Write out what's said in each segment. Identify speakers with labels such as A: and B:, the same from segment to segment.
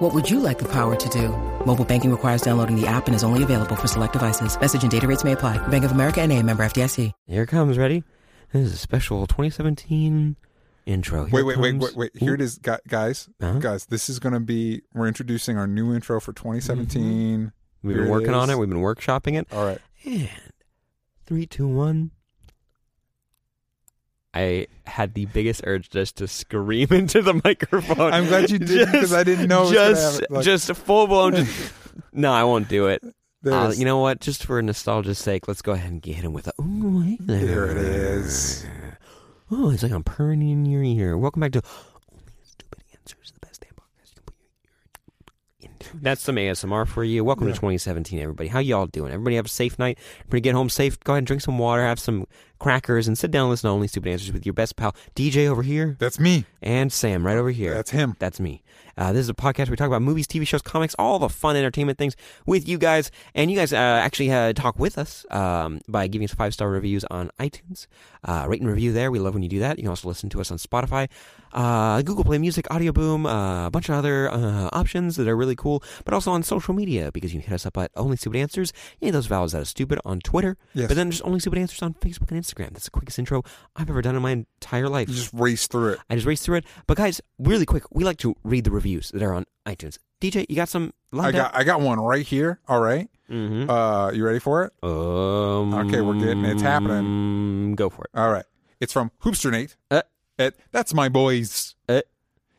A: What would you like the power to do? Mobile banking requires downloading the app and is only available for select devices. Message and data rates may apply. Bank of America and a member FDIC.
B: Here it comes, ready? This is a special 2017 intro. Here
C: Wait,
B: it
C: wait, wait,
B: comes.
C: wait, wait. Here it is, gu- guys.
B: Huh?
C: Guys, this is going to be. We're introducing our new intro for 2017.
B: We've
C: Here
B: been working on
C: is.
B: it. We've been workshopping it.
C: All right.
B: And three, two, one.
D: I had the biggest urge just to scream into the microphone.
C: I'm glad you did because I didn't know. it was gonna
D: Just,
C: happen. Like,
D: just full blown. Just no, I won't do it.
C: there it
D: Uh,
C: is.
D: you know what? Just for nostalgia's sake, let's go ahead and get him with a. Ooh, hey there.
C: There it is.
B: uh, Oh, it's like I'm purring in your ear. Welcome back to Only Stupid Answers, the best damn podcast you can put your ear into. That's some ASMR for you. Welcome
C: Yeah.
B: to 2017, everybody. How y'all doing? Everybody have a safe night. Everybody get home safe. Go ahead and drink some water, have some crackers, and sit down and listen to Only Stupid Answers with your best pal, DJ over here,
C: That's me.
B: and Sam right over here.
C: That's him.
B: That's me. Uh, this is a podcast where we talk about movies, TV shows, comics, all the fun entertainment things with you guys. And you guys uh, actually uh, talk with us um, by giving us five star reviews on iTunes. Uh, rate and review there. We love when you do that. You can also listen to us on Spotify, uh, Google Play Music, Audio Boom, uh, a bunch of other uh, options that are really cool, but also on social media because you can hit us up at Only Stupid Answers. Yeah, those vowels that are stupid on Twitter.
C: Yes.
B: But then just Only Stupid Answers on Facebook and Instagram. That's the quickest intro I've ever done in my entire life.
C: You just race through it.
B: I just raced through it. But guys, really quick, we like to read the reviews that are on iTunes. DJ, you got some
C: I
B: lined
C: got, I got one right here. All right.
B: hmm
C: Uh, you ready for it?
B: Um,
C: Okay, we're getting- it's
B: happening. Um, Go for it.
C: All right. It's from Hoopster Nate.
B: Uh.
C: at, that's my boys.
B: Uh.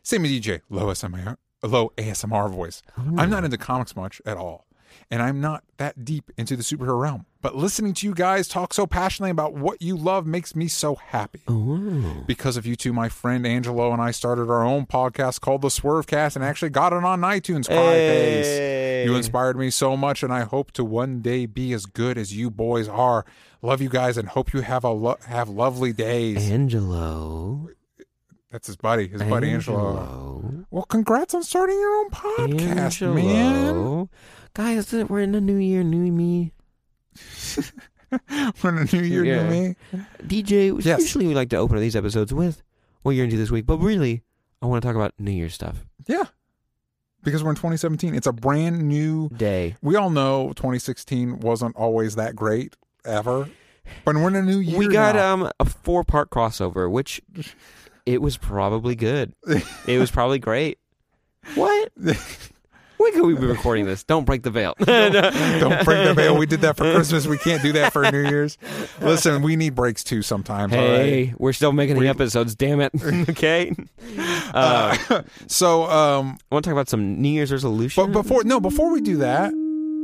C: Same as DJ. Low ASMR. Low ASMR voice. I'm
B: Oh.
C: not into comics much at all, and I'm not that deep into the superhero realm. But listening to you guys talk so passionately about what you love makes me so happy.
B: Oh.
C: Because of you two, my friend Angelo and I started our own podcast called The Swervecast and actually got it on iTunes. Cry face. You inspired me so much, and I hope to one day be as good as you boys are. Love you guys and hope you have a lo- have lovely days.
B: Angelo.
C: That's his buddy, his buddy Angelo.
B: Angelo.
C: Well, congrats on starting your own podcast,
B: Angelo.
C: man.
B: Guys, we're in a new year, new me.
C: We're in a new year,
B: Yeah.
C: new me.
B: DJ,
C: Yes.
B: usually we like to open these episodes with what you're into this week, but really, I want to talk about New Year's stuff.
C: Yeah. Because we're in 2017. It's a brand new.
B: Day.
C: We all know 2016 wasn't always that great ever, but we're in a new year.
B: we got
C: now.
B: um a four part crossover, which it was probably good. It was probably great. What? When could we be recording this? Don't break the veil.
C: Don't break the veil. We did that for Christmas. We can't do that for New Year's. Listen, we need breaks too sometimes. all right?
B: hey, we're still making the episodes. Damn it. okay. Uh,
C: So, um,
B: I want to talk about some New Year's resolution.
C: but before no, before we do that,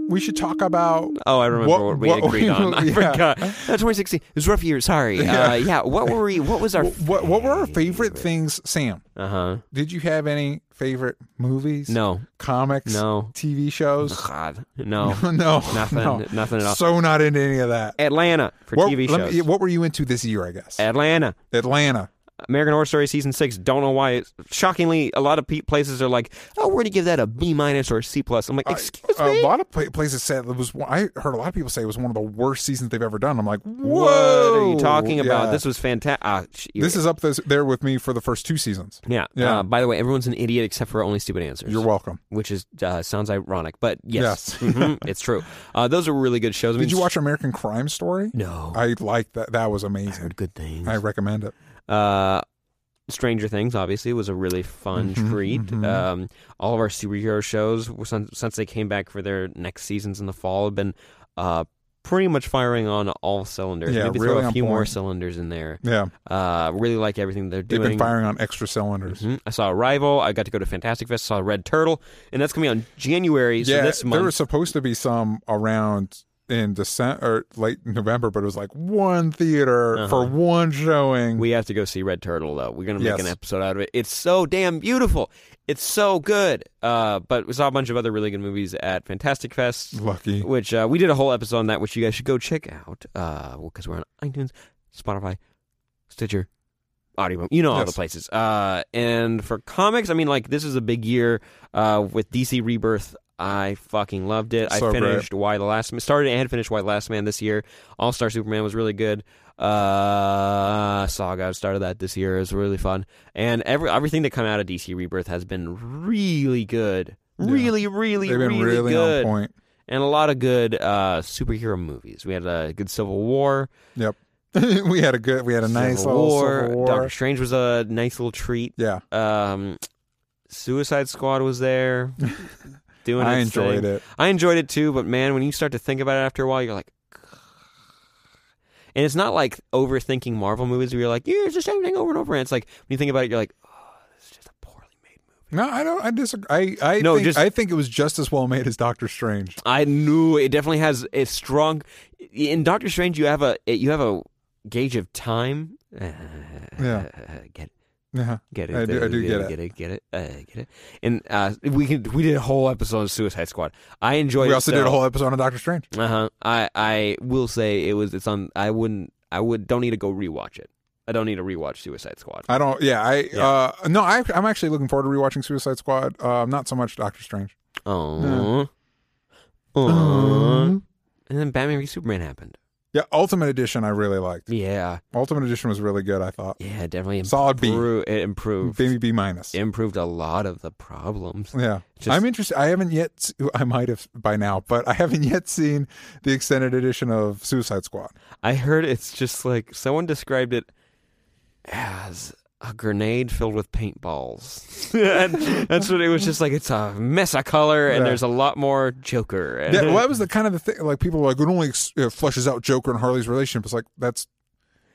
C: we should talk about
B: Oh, I remember
C: What-
B: what, we
C: what
B: agreed
C: we-
B: on. I
C: yeah.
B: forgot. Uh, 2016. It was a rough year. Sorry. Yeah. Uh, yeah. What were we? What was our?
C: what what were our favorite things, Sam?
B: Uh huh.
C: Did you have any favorite movies?
B: No.
C: Comics?
B: No.
C: TV shows?
B: God. No.
C: No.
B: Nothing.
C: no.
B: Nothing at all.
C: So not into any of that.
B: Atlanta for
C: What-
B: TV
C: let
B: shows.
C: me- what were you into this year, I guess?
B: Atlanta.
C: Atlanta.
B: American Horror Story season six. Don't know why. Shockingly, a lot of pe- places are like, "Oh, we're gonna give that a B minus or a C plus." I'm like, "Excuse
C: I-
B: me."
C: A lot of pla- places said it was. one- I heard a lot of people say it was one of the worst seasons they've ever done. I'm like, whoa,
B: what are you talking about?
C: Yeah.
B: This was fantastic.
C: this is up this, there with me for the first two seasons.
B: yeah.
C: Yeah.
B: Uh, by the way, everyone's an idiot except for only stupid answers.
C: You're welcome.
B: which is uh, sounds ironic, but yes,
C: Yes.
B: Mhm, it's true. Uh, those are really good shows. I mean,
C: Did you watch American Crime Story?
B: No,
C: I liked that. That was amazing.
B: heard good things.
C: I recommend it.
B: Uh, Stranger Things obviously was a really fun
C: Mhm,
B: treat.
C: mhm.
B: Um, all of our superhero shows were- since, since they came back for their next seasons in the fall have been uh, pretty much firing on all cylinders.
C: Yeah,
B: Maybe
C: really
B: throw a
C: on
B: few more
C: point.
B: cylinders in there.
C: Yeah,
B: Uh, really like everything they're
C: they've
B: doing.
C: been firing on extra cylinders.
B: Mhm. I saw Arrival. I got to go to Fantastic Fest. Saw Red Turtle, and that's coming on January. So
C: yeah,
B: this
C: there
B: month.
C: was supposed to be some around in December or late November, but it was like one theater for one showing.
B: Uh-huh. We have to go see Red Turtle though. We're gonna make
C: Yes.
B: an episode out of it. It's so damn beautiful. It's so good. Uh, but we saw a bunch of other really good movies at Fantastic Fest,
C: Lucky.
B: which uh, we did a whole episode on that, which you guys should go check out. Uh, because we're on iTunes, Spotify, Stitcher, Audio, you know all
C: Yes.
B: the places. Uh, and for comics, I mean, like this is a big year. Uh, with DC Rebirth. I fucking loved it.
C: So
B: I
C: great.
B: finished Why the Last Man. Started and finished Why the Last Man this year. All Star Superman was really good. Uh, Saga I've started that this year. It was really fun. And every everything that come out of DC Rebirth has been really good.
C: Yeah.
B: Really, really,
C: They've been
B: really,
C: really,
B: good.
C: on point.
B: And a lot of good uh, superhero movies. We had a good Civil War.
C: Yep. we had a good. We had a nice
B: Civil
C: little
B: War.
C: Civil War.
B: Doctor Strange was a nice little treat.
C: yeah,
B: Um, Suicide Squad was there doing.
C: I
B: its
C: enjoyed
B: thing.
C: it.
B: I enjoyed it too, but man, when you start to think about it after a while, you're like, and it's not like overthinking Marvel movies where you're like, yeah, it's the same thing over and over. And it's like when you think about it, you're like, oh, this is just a poorly made movie.
C: No, I don't. I disagree. I I
B: No,
C: think,
B: just-
C: I think it was just as well made as Doctor Strange.
B: I knew it definitely has a strong. In Doctor Strange, you have a you have a gauge of time.
C: Yeah.
B: Get
C: Yeah,
B: Get it?
C: I do- I do get it.
B: Get it? Get it? Uh, get it? And uh, we can, we did a whole episode of Suicide Squad. I enjoyed. it
C: we also
B: so-
C: did a whole episode on Doctor Strange.
B: Uh-huh. I I will say it was it's on I wouldn't I would don't need to go rewatch it. I don't need to rewatch Suicide Squad.
C: I don't. Yeah, I.
B: Yeah.
C: uh No, I, I'm actually looking forward to rewatching Suicide Squad. Uh, not so much Doctor Strange.
B: Oh.
C: Uh.
B: And then Batman v Superman happened.
C: Yeah, Ultimate Edition I really liked.
B: Yeah.
C: Ultimate Edition was really good. I thought.
B: Yeah, definitely
C: Solid B.
B: impro- it improved.
C: Maybe B minus.
B: Improved a lot of the problems.
C: Yeah,
B: Just-
C: I'm interested. I haven't yet. s- I might have by now, but I haven't yet seen the extended edition of Suicide Squad.
B: I heard it's just like someone described it as a grenade filled with paintballs. And that's what it was just like. It's a mess of color, and
C: Yeah.
B: there's a lot more Joker. And
C: Yeah, well, that was the kind of the thing. Like people were like it only ex- uh, fleshes out Joker and Harley's relationship. It's like that's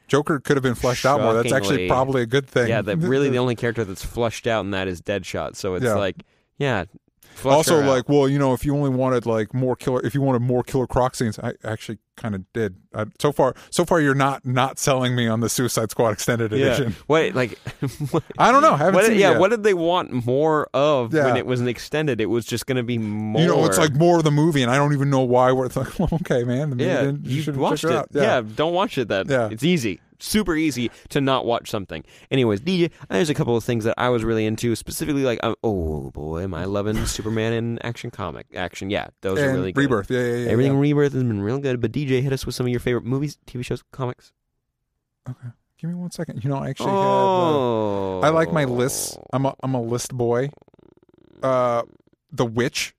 C: Joker could have been fleshed out more. That's actually
B: Shockingly.
C: probably a good thing.
B: Yeah, that really the only character that's flushed out in that is Deadshot. So it's
C: Yeah.
B: like, yeah. flush
C: also
B: her out.
C: like well, you know, if you only wanted like more killer, if you wanted more killer Croc scenes, I actually kind of did. I, so far, so far, you're not not selling me on the Suicide Squad extended
B: yeah.
C: edition.
B: Wait, like, what,
C: I don't know. I haven't
B: what-
C: seen it
B: yeah,
C: yet.
B: what did they want more of
C: Yeah.
B: when it was an extended? It was just going to be more.
C: You know, it's like more of the movie, and I don't even know why. We're it's like, well, okay, man. maybe
B: yeah,
C: then
B: you,
C: should
B: watched
C: check
B: it.
C: Out.
B: Yeah. don't watch it. Then
C: Yeah.
B: it's easy, super easy to not watch something. Anyways, DJ, there's a couple of things that I was really into, specifically like, um, oh boy, am I loving Superman and Action Comic action? Yeah, those
C: and
B: are really good.
C: Rebirth. Yeah, yeah, yeah.
B: Everything
C: yeah.
B: Rebirth has been real good, but DJ hit us with some of your favorite movies, TV shows, comics.
C: Give me one second. You know, I actually had. uh,
B: Oh,
C: I like my lists. I'm a I'm a list boy. Uh, The Witch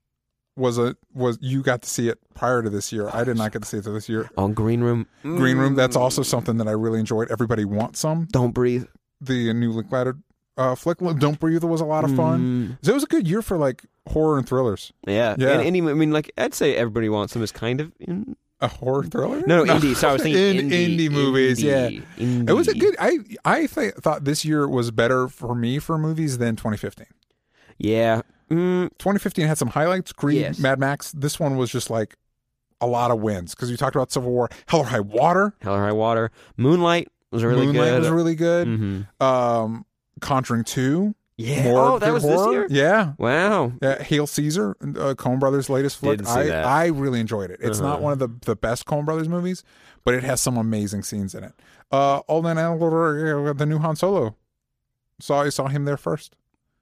C: was a was you got to see it prior to this year. I did not get to see it till this year.
B: on Green Room.
C: Green Room. That's
B: Mm.
C: also something that I really enjoyed. Everybody wants some.
B: Don't breathe.
C: The new Linklater uh, flick. Don't Breathe was a lot of fun. So it was a good year for like horror and thrillers.
B: Mm. Yeah,
C: Yeah.
B: And any, I mean, like I'd say everybody wants them is kind of in,
C: A horror thriller?
B: no, no indie. So I was thinking
C: In-
B: indie,
C: indie movies, yeah.
B: indie, indie.
C: It was a good. I I th- thought this year was better for me for movies than 2015.
B: Yeah, mm,
C: 2015 had some highlights. Creed,
B: Yes.
C: Mad Max. This one was just like a lot of wins because you talked about Civil War, Hell or High Water.
B: Hell or High Water. Moonlight was really
C: Moonlight
B: good.
C: was really good.
B: hmm
C: Um, Conjuring Two.
B: Yeah.
C: more
B: oh, that
C: good
B: was
C: horror.
B: this year.
C: Yeah.
B: Wow.
C: Yeah, Hail Caesar, uh, Coen Brothers' latest flick.
B: Didn't see
C: I
B: that.
C: I really enjoyed it. It's not
B: Uh-huh.
C: one of the, the best Coen Brothers movies, but it has some amazing scenes in it. Uh, Alden Ehrenreich, uh, the new Han Solo. Saw I saw him there first.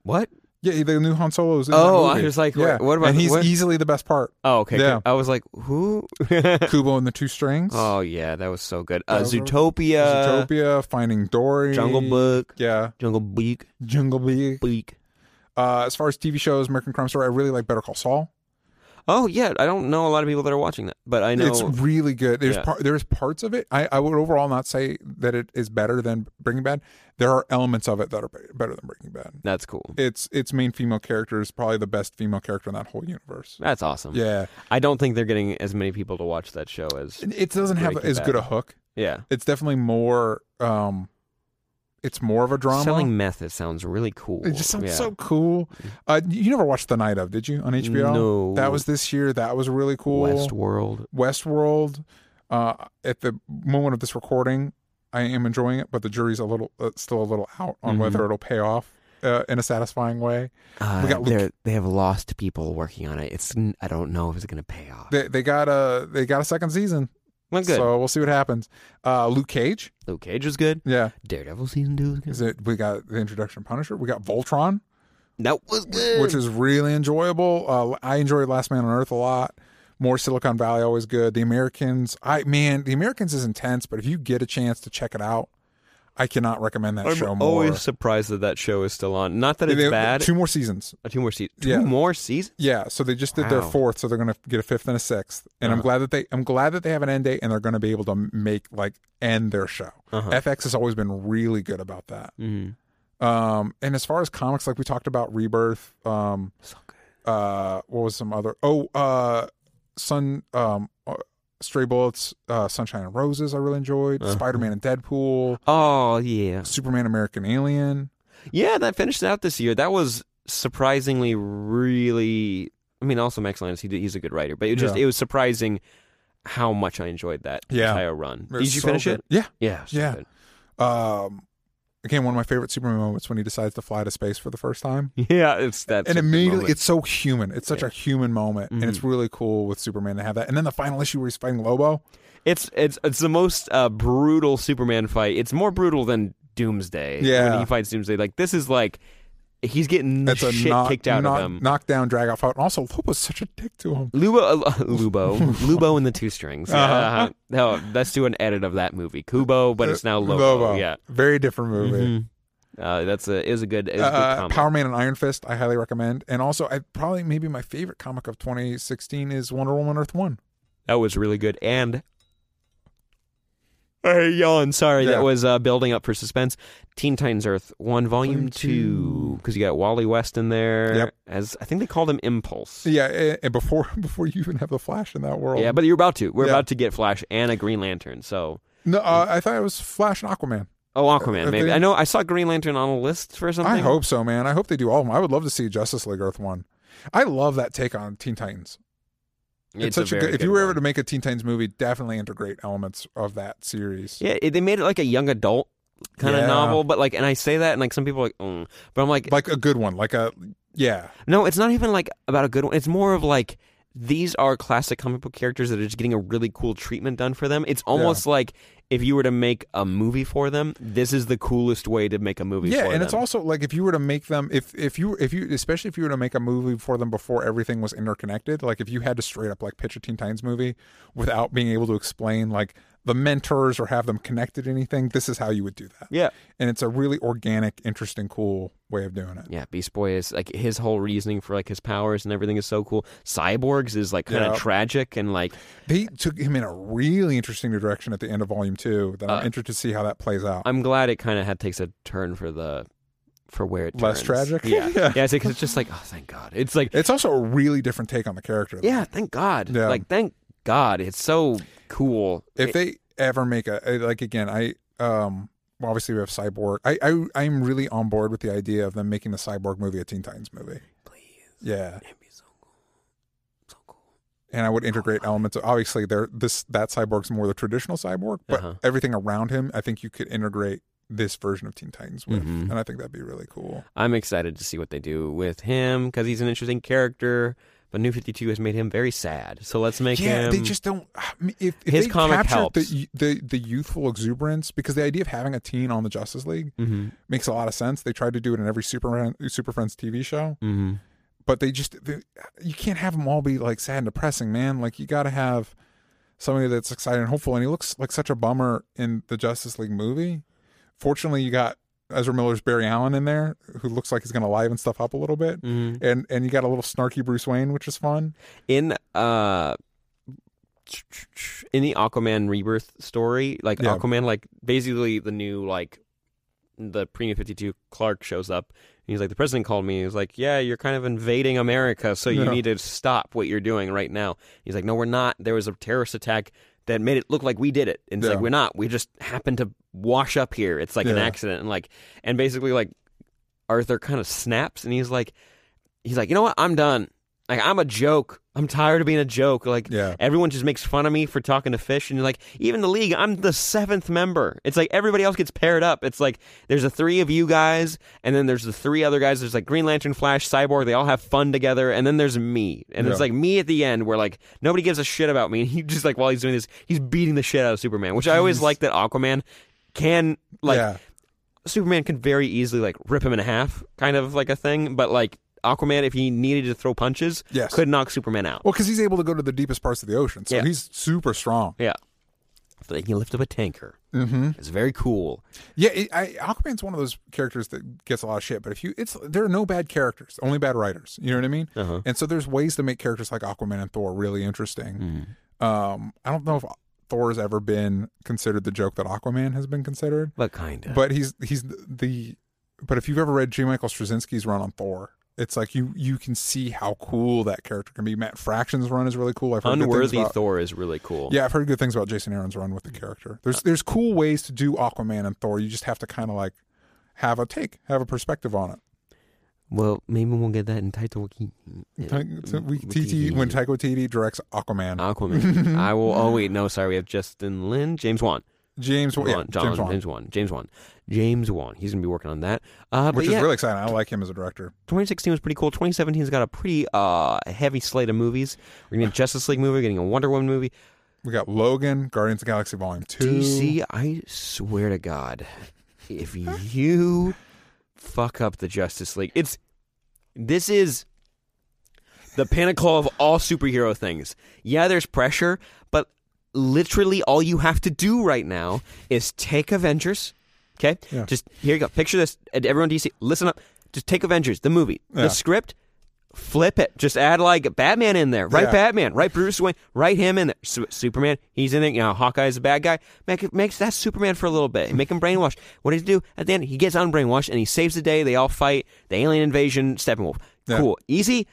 B: What?
C: Yeah, the new Han Solo is in
B: Oh,
C: that
B: I
C: movie.
B: was like,
C: yeah.
B: wh- what about-
C: And he's
B: what-
C: easily the best part.
B: Oh, okay.
C: Yeah.
B: I was like, who?
C: Kubo and the Two Strings.
B: Oh yeah, that was so good.
C: That
B: Uh,
C: was a-
B: Zootopia,
C: Zootopia, Finding Dory,
B: Jungle Book,
C: Yeah,
B: Jungle Beak,
C: Jungle Book.
B: Beak.
C: Uh, as far as TV shows, American Crime Story, I really like Better Call Saul.
B: Oh yeah, I don't know a lot of people that are watching that, but I know.
C: It's really good. There's
B: Yeah.
C: par- there's parts of it. I, I would overall not say that it is better than Breaking Bad. There are elements of it that are be- better than Breaking Bad.
B: that's cool.
C: Its its main female character is probably the best female character in that whole universe.
B: That's awesome.
C: Yeah,
B: I don't think they're getting as many people to watch that show as
C: it doesn't have
B: Breaking
C: as
B: Bad.
C: good a hook.
B: yeah.
C: it's definitely more um It's more of a drama.
E: Selling meth, it sounds really cool.
C: It just sounds
E: Yeah.
C: so cool. Uh, you never watched The Night of, did you? On HBO?
E: No.
C: That was this year. That was really cool.
E: Westworld.
C: Westworld. Uh, at the moment of this recording, I am enjoying it, but the jury's a little uh, still a little out on
E: Mm-hmm.
C: whether it'll pay off uh, in a satisfying way.
E: Uh,
C: We got Luke-
E: they're- they have lost people working on it. It's n- I don't know if it's going to pay off.
C: They they got a they got a second season,
E: well, Oh, good.
C: so we'll see what happens. Uh, Luke Cage,
E: Luke Cage was good.
C: yeah,
E: Daredevil season two was good.
C: is it? We got the introduction of Punisher. We got Voltron,
E: That was good.
C: which is really enjoyable. Uh, I enjoyed Last Man on Earth a lot. More Silicon Valley, always good. The Americans, I man, The Americans is intense, but if you get a chance to check it out, I cannot recommend that
B: I'm
C: show more.
B: always surprised that that show is still on. Not that it's
C: They-
B: bad.
C: Two more seasons.
B: Uh, two more seasons.
C: Yeah.
B: Two more seasons.
C: Yeah, so they just did their
E: Wow.
C: fourth, so they're gonna get a fifth and a sixth. And
B: Uh-huh.
C: I'm glad that they, I'm glad that they have an end date, and they're gonna be able to make like end their show.
E: Uh-huh.
C: FX has always been really good about that.
B: Mm-hmm.
E: Mhm.
C: Um, and as far as comics, like we talked about, Rebirth. Um,
E: so good.
C: uh, what was some other? Oh, uh, Sun, um, uh, Stray Bullets, uh, Sunshine and Roses. I really enjoyed
B: Uh-huh.
C: Spider Man and Deadpool,
E: Oh yeah,
C: Superman, American Alien.
E: yeah. That finished out this year. That was surprisingly really. I mean, also Max Landis. He, did- he's a good writer, but it just
C: Yeah.
E: it was surprising how much I enjoyed that
C: Yeah.
E: entire run.
C: They're
E: Did you
C: so
E: finish
C: good.
E: it?
C: Yeah.
E: Yeah. so
C: Yeah.
E: good.
C: Um, again, one of my favorite Superman moments when he decides to fly to space for the first time.
B: Yeah, it's that.
C: and immediately it's so human it's such a human moment and
B: Mm-hmm.
C: it's
E: Mhm.
C: really cool with superman to have that and then the final issue where he's fighting lobo
B: it's it's it's the most uh, brutal Superman fight. It's more brutal than Doomsday.
C: Yeah.
B: when he fights Doomsday, like this is like he's getting the
C: that's a
B: shit
C: knock,
B: kicked out
C: knock,
B: of him.
C: knockdown drag out fight and also lobo's such a dick to him
B: Lubo, uh, Lubo, Lubo and the Two Strings. Yeah.
C: Uh-huh. Uh,
B: No, let's do an edit of that movie, Kubo, but it's now Lobo. Yeah, Mm-hmm.
C: very different movie Mm-hmm.
B: uh, that's a is a good, is a good
C: Uh,
B: combo.
C: Power Man and Iron Fist, I highly recommend. And also, I probably maybe my favorite comic of 2016 is Wonder Woman Earth One.
B: That was really good. And I yawn. Sorry,
C: Yeah.
B: that was uh, building up for suspense. Teen Titans Earth One, Volume
C: Volume
B: Two,
C: two.
B: because you got Wally West in there.
C: Yep.
B: As I think they called him Impulse.
C: Yeah, and- and before before you even have the Flash in that world.
B: Yeah, but you're about to. We're
C: Yeah.
B: about to get Flash and a Green Lantern. So,
C: no, uh, I thought it was Flash and Aquaman.
B: oh, Aquaman.
C: I
B: maybe
C: think-
B: I know. I saw Green Lantern on a list for something.
C: I hope so, man. I hope they do all of them. I would love to see Justice League Earth One. I love that take on Teen Titans. It's, such a, good,
B: very
C: If you were ever
B: one.
C: to make a Teen Titans movie, definitely integrate elements of that series.
B: Yeah, it, they made it like a young adult kind of
C: Yeah.
B: novel, but like, and I say that, and like some people are like, mm. but I'm like,
C: Like a good one, like a yeah,
B: no, it's not even like about a good one. It's more of like these are classic comic book characters that are just getting a really cool treatment done for them. It's almost like if you were to make a movie for them, this is the coolest way to make a movie.
C: yeah.
B: for
C: And
B: them.
C: it's also like if you were to make them, if if you if you especially if you were to make a movie for them before everything was interconnected, like if you had to straight up like pitch a Teen Titans movie without being able to explain like the mentors or have them connected to anything, this is how you would do that.
B: yeah,
C: And it's a really organic, interesting, cool way of doing it.
B: yeah. Beast Boy is like his whole reasoning for like his powers and everything is so cool. Cyborgs is like kind of
C: Yeah.
B: tragic and like
C: They took him in a really interesting direction at the end of Volume Two. That I'm interested to see how that plays out.
B: I'm glad it kind of had takes a turn for the for where it
C: Less
B: turns.
C: tragic?
B: Yeah,
C: Yeah.
B: yeah. it's, like, it's just like oh, thank God. It's like
C: It's also a really different take on the character. though.
B: yeah, thank God.
C: Yeah.
B: Like thank God. It's so cool.
C: If they ever make a I- like again, I um well, obviously we have Cyborg. I I I'm really on board with the idea of them making the Cyborg movie a Teen Titans movie.
E: Please,
C: Yeah,
E: it'd be so cool, so cool.
C: and I would integrate elements. Of, obviously, there this that Cyborg's more the traditional Cyborg, but
B: Uh-huh.
C: everything around him, I think you could integrate this version of Teen Titans with,
B: Mhm.
C: and I think that'd be really cool.
B: I'm excited to see what they do with him because he's an interesting character. But New Fifty Two has made him very sad. So let's make
C: yeah,
B: him.
C: they just don't. I mean, If, if
B: um, His
C: they
B: comic
C: captured
B: helps.
C: The, the the youthful exuberance because the idea of having a teen on the Justice League
B: Mhm,
C: makes a lot of sense. They tried to do it in every Superman Super Friends TV show,
B: mhm.
C: but they just they, you can't have them all be like sad and depressing, man. Like you got to have somebody that's excited and hopeful. And he looks like such a bummer in the Justice League movie. Fortunately, you got Ezra Miller's Barry Allen in there, who looks like he's going to liven stuff up a little bit.
B: mm-hmm.
C: And and you got a little snarky Bruce Wayne, which is fun.
B: in uh in the Aquaman rebirth story, like
C: Yeah.
B: Aquaman, like basically the new like the premium fifty two Clark shows up and he's like, The president called me, he's like, Yeah, you're kind of invading America, so you
C: Yeah.
B: need to stop what you're doing right now. He's like, No, we're not. There was a terrorist attack that made it look like we did it. And it's
C: Yeah.
B: like we're not. We just happened to wash up here. It's like an
C: Yeah.
B: accident. And like and basically like Arthur kind of snaps and he's like he's like, "You know what? I'm done. Like I'm a joke. I'm tired of being a joke. Like
C: Yeah.
B: everyone just makes fun of me for talking to fish and like even the league, I'm the 7th member. It's like everybody else gets paired up. It's like there's the 3 of you guys and then there's the 3 other guys. There's like Green Lantern, Flash, Cyborg, they all have fun together and then there's me. And
C: Yeah.
B: it's like me at the end where like nobody gives a shit about me and he just like while he's doing this, he's beating the shit out of Superman, which I always like that Aquaman can like
C: yeah.
B: Superman can very easily like rip him in half, kind of like a thing. But like Aquaman, if he needed to throw punches,
C: Yes.
B: could knock Superman out.
C: Well, because he's able to go to the deepest parts of the ocean, so
B: Yeah.
C: he's super strong.
B: Yeah, so he can lift up a tanker. Mm-hmm. It's very cool.
C: Yeah, it, I, Aquaman's one of those characters that gets a lot of shit. But if you, it's there are no bad characters, only bad writers. You know what I mean?
B: Uh-huh.
C: And so there's ways to make characters like Aquaman and Thor really interesting.
B: Hmm. Mm.
C: Um, I don't know if Thor has ever been considered the joke that Aquaman has been considered,
B: But kind of.
C: but he's he's the, the. But if you've ever read J. Michael Straczynski's run on Thor, it's like you you can see how cool that character can be. Matt Fraction's run is really cool. I've heard good things
B: Unworthy
C: about-
B: Thor is really cool.
C: yeah, I've heard good things about Jason Aaron's run
B: Mm-hmm.
C: with the character. There's there's cool ways to do Aquaman and Thor. You just have to kind of like have a take, have a perspective on it.
B: Well, maybe we'll get that in Taika Waititi.
C: Like,
B: Mm-hmm.
C: so we,
B: Waititi.
C: TT, when Taika Waititi directs Aquaman,
B: Uh, Aquaman. I will. Oh wait, no, sorry. We have Justin Lin, James Wan,
C: James, Wan- yeah,
B: Wan- John,
C: James Wan,
B: James Wan, James Wan, James Wan. He's gonna be working on that. Uh,
C: which
B: but yeah,
C: is really exciting. I like him as a director.
B: 2016 was pretty cool. 2017's got a pretty uh, heavy slate of movies. We're getting a Justice League movie, we're getting a Wonder Woman movie.
C: We got Logan, Guardians of the Galaxy Volume Two.
B: DC, I swear to God, if you fuck up the Justice League, it's this is the pinnacle of all superhero things. Yeah, there's pressure, but literally all you have to do right now is take Avengers. Okay,
C: Yeah.
B: just here you go. Picture this, and everyone DC, listen up. Just take Avengers, the movie,
C: Yeah.
B: the script. Flip it. Just add like Batman in there. Write
C: Yeah.
B: Batman. Write Bruce Wayne. Write him in there. Su- Superman. He's in there. You know, Hawkeye's a bad guy. Make it, makes that Superman for a little bit. Make him brainwashed. What does he do at the end? He gets unbrainwashed and he saves the day. They all fight the alien invasion. Steppenwolf.
C: Yeah.
B: Cool. Easy.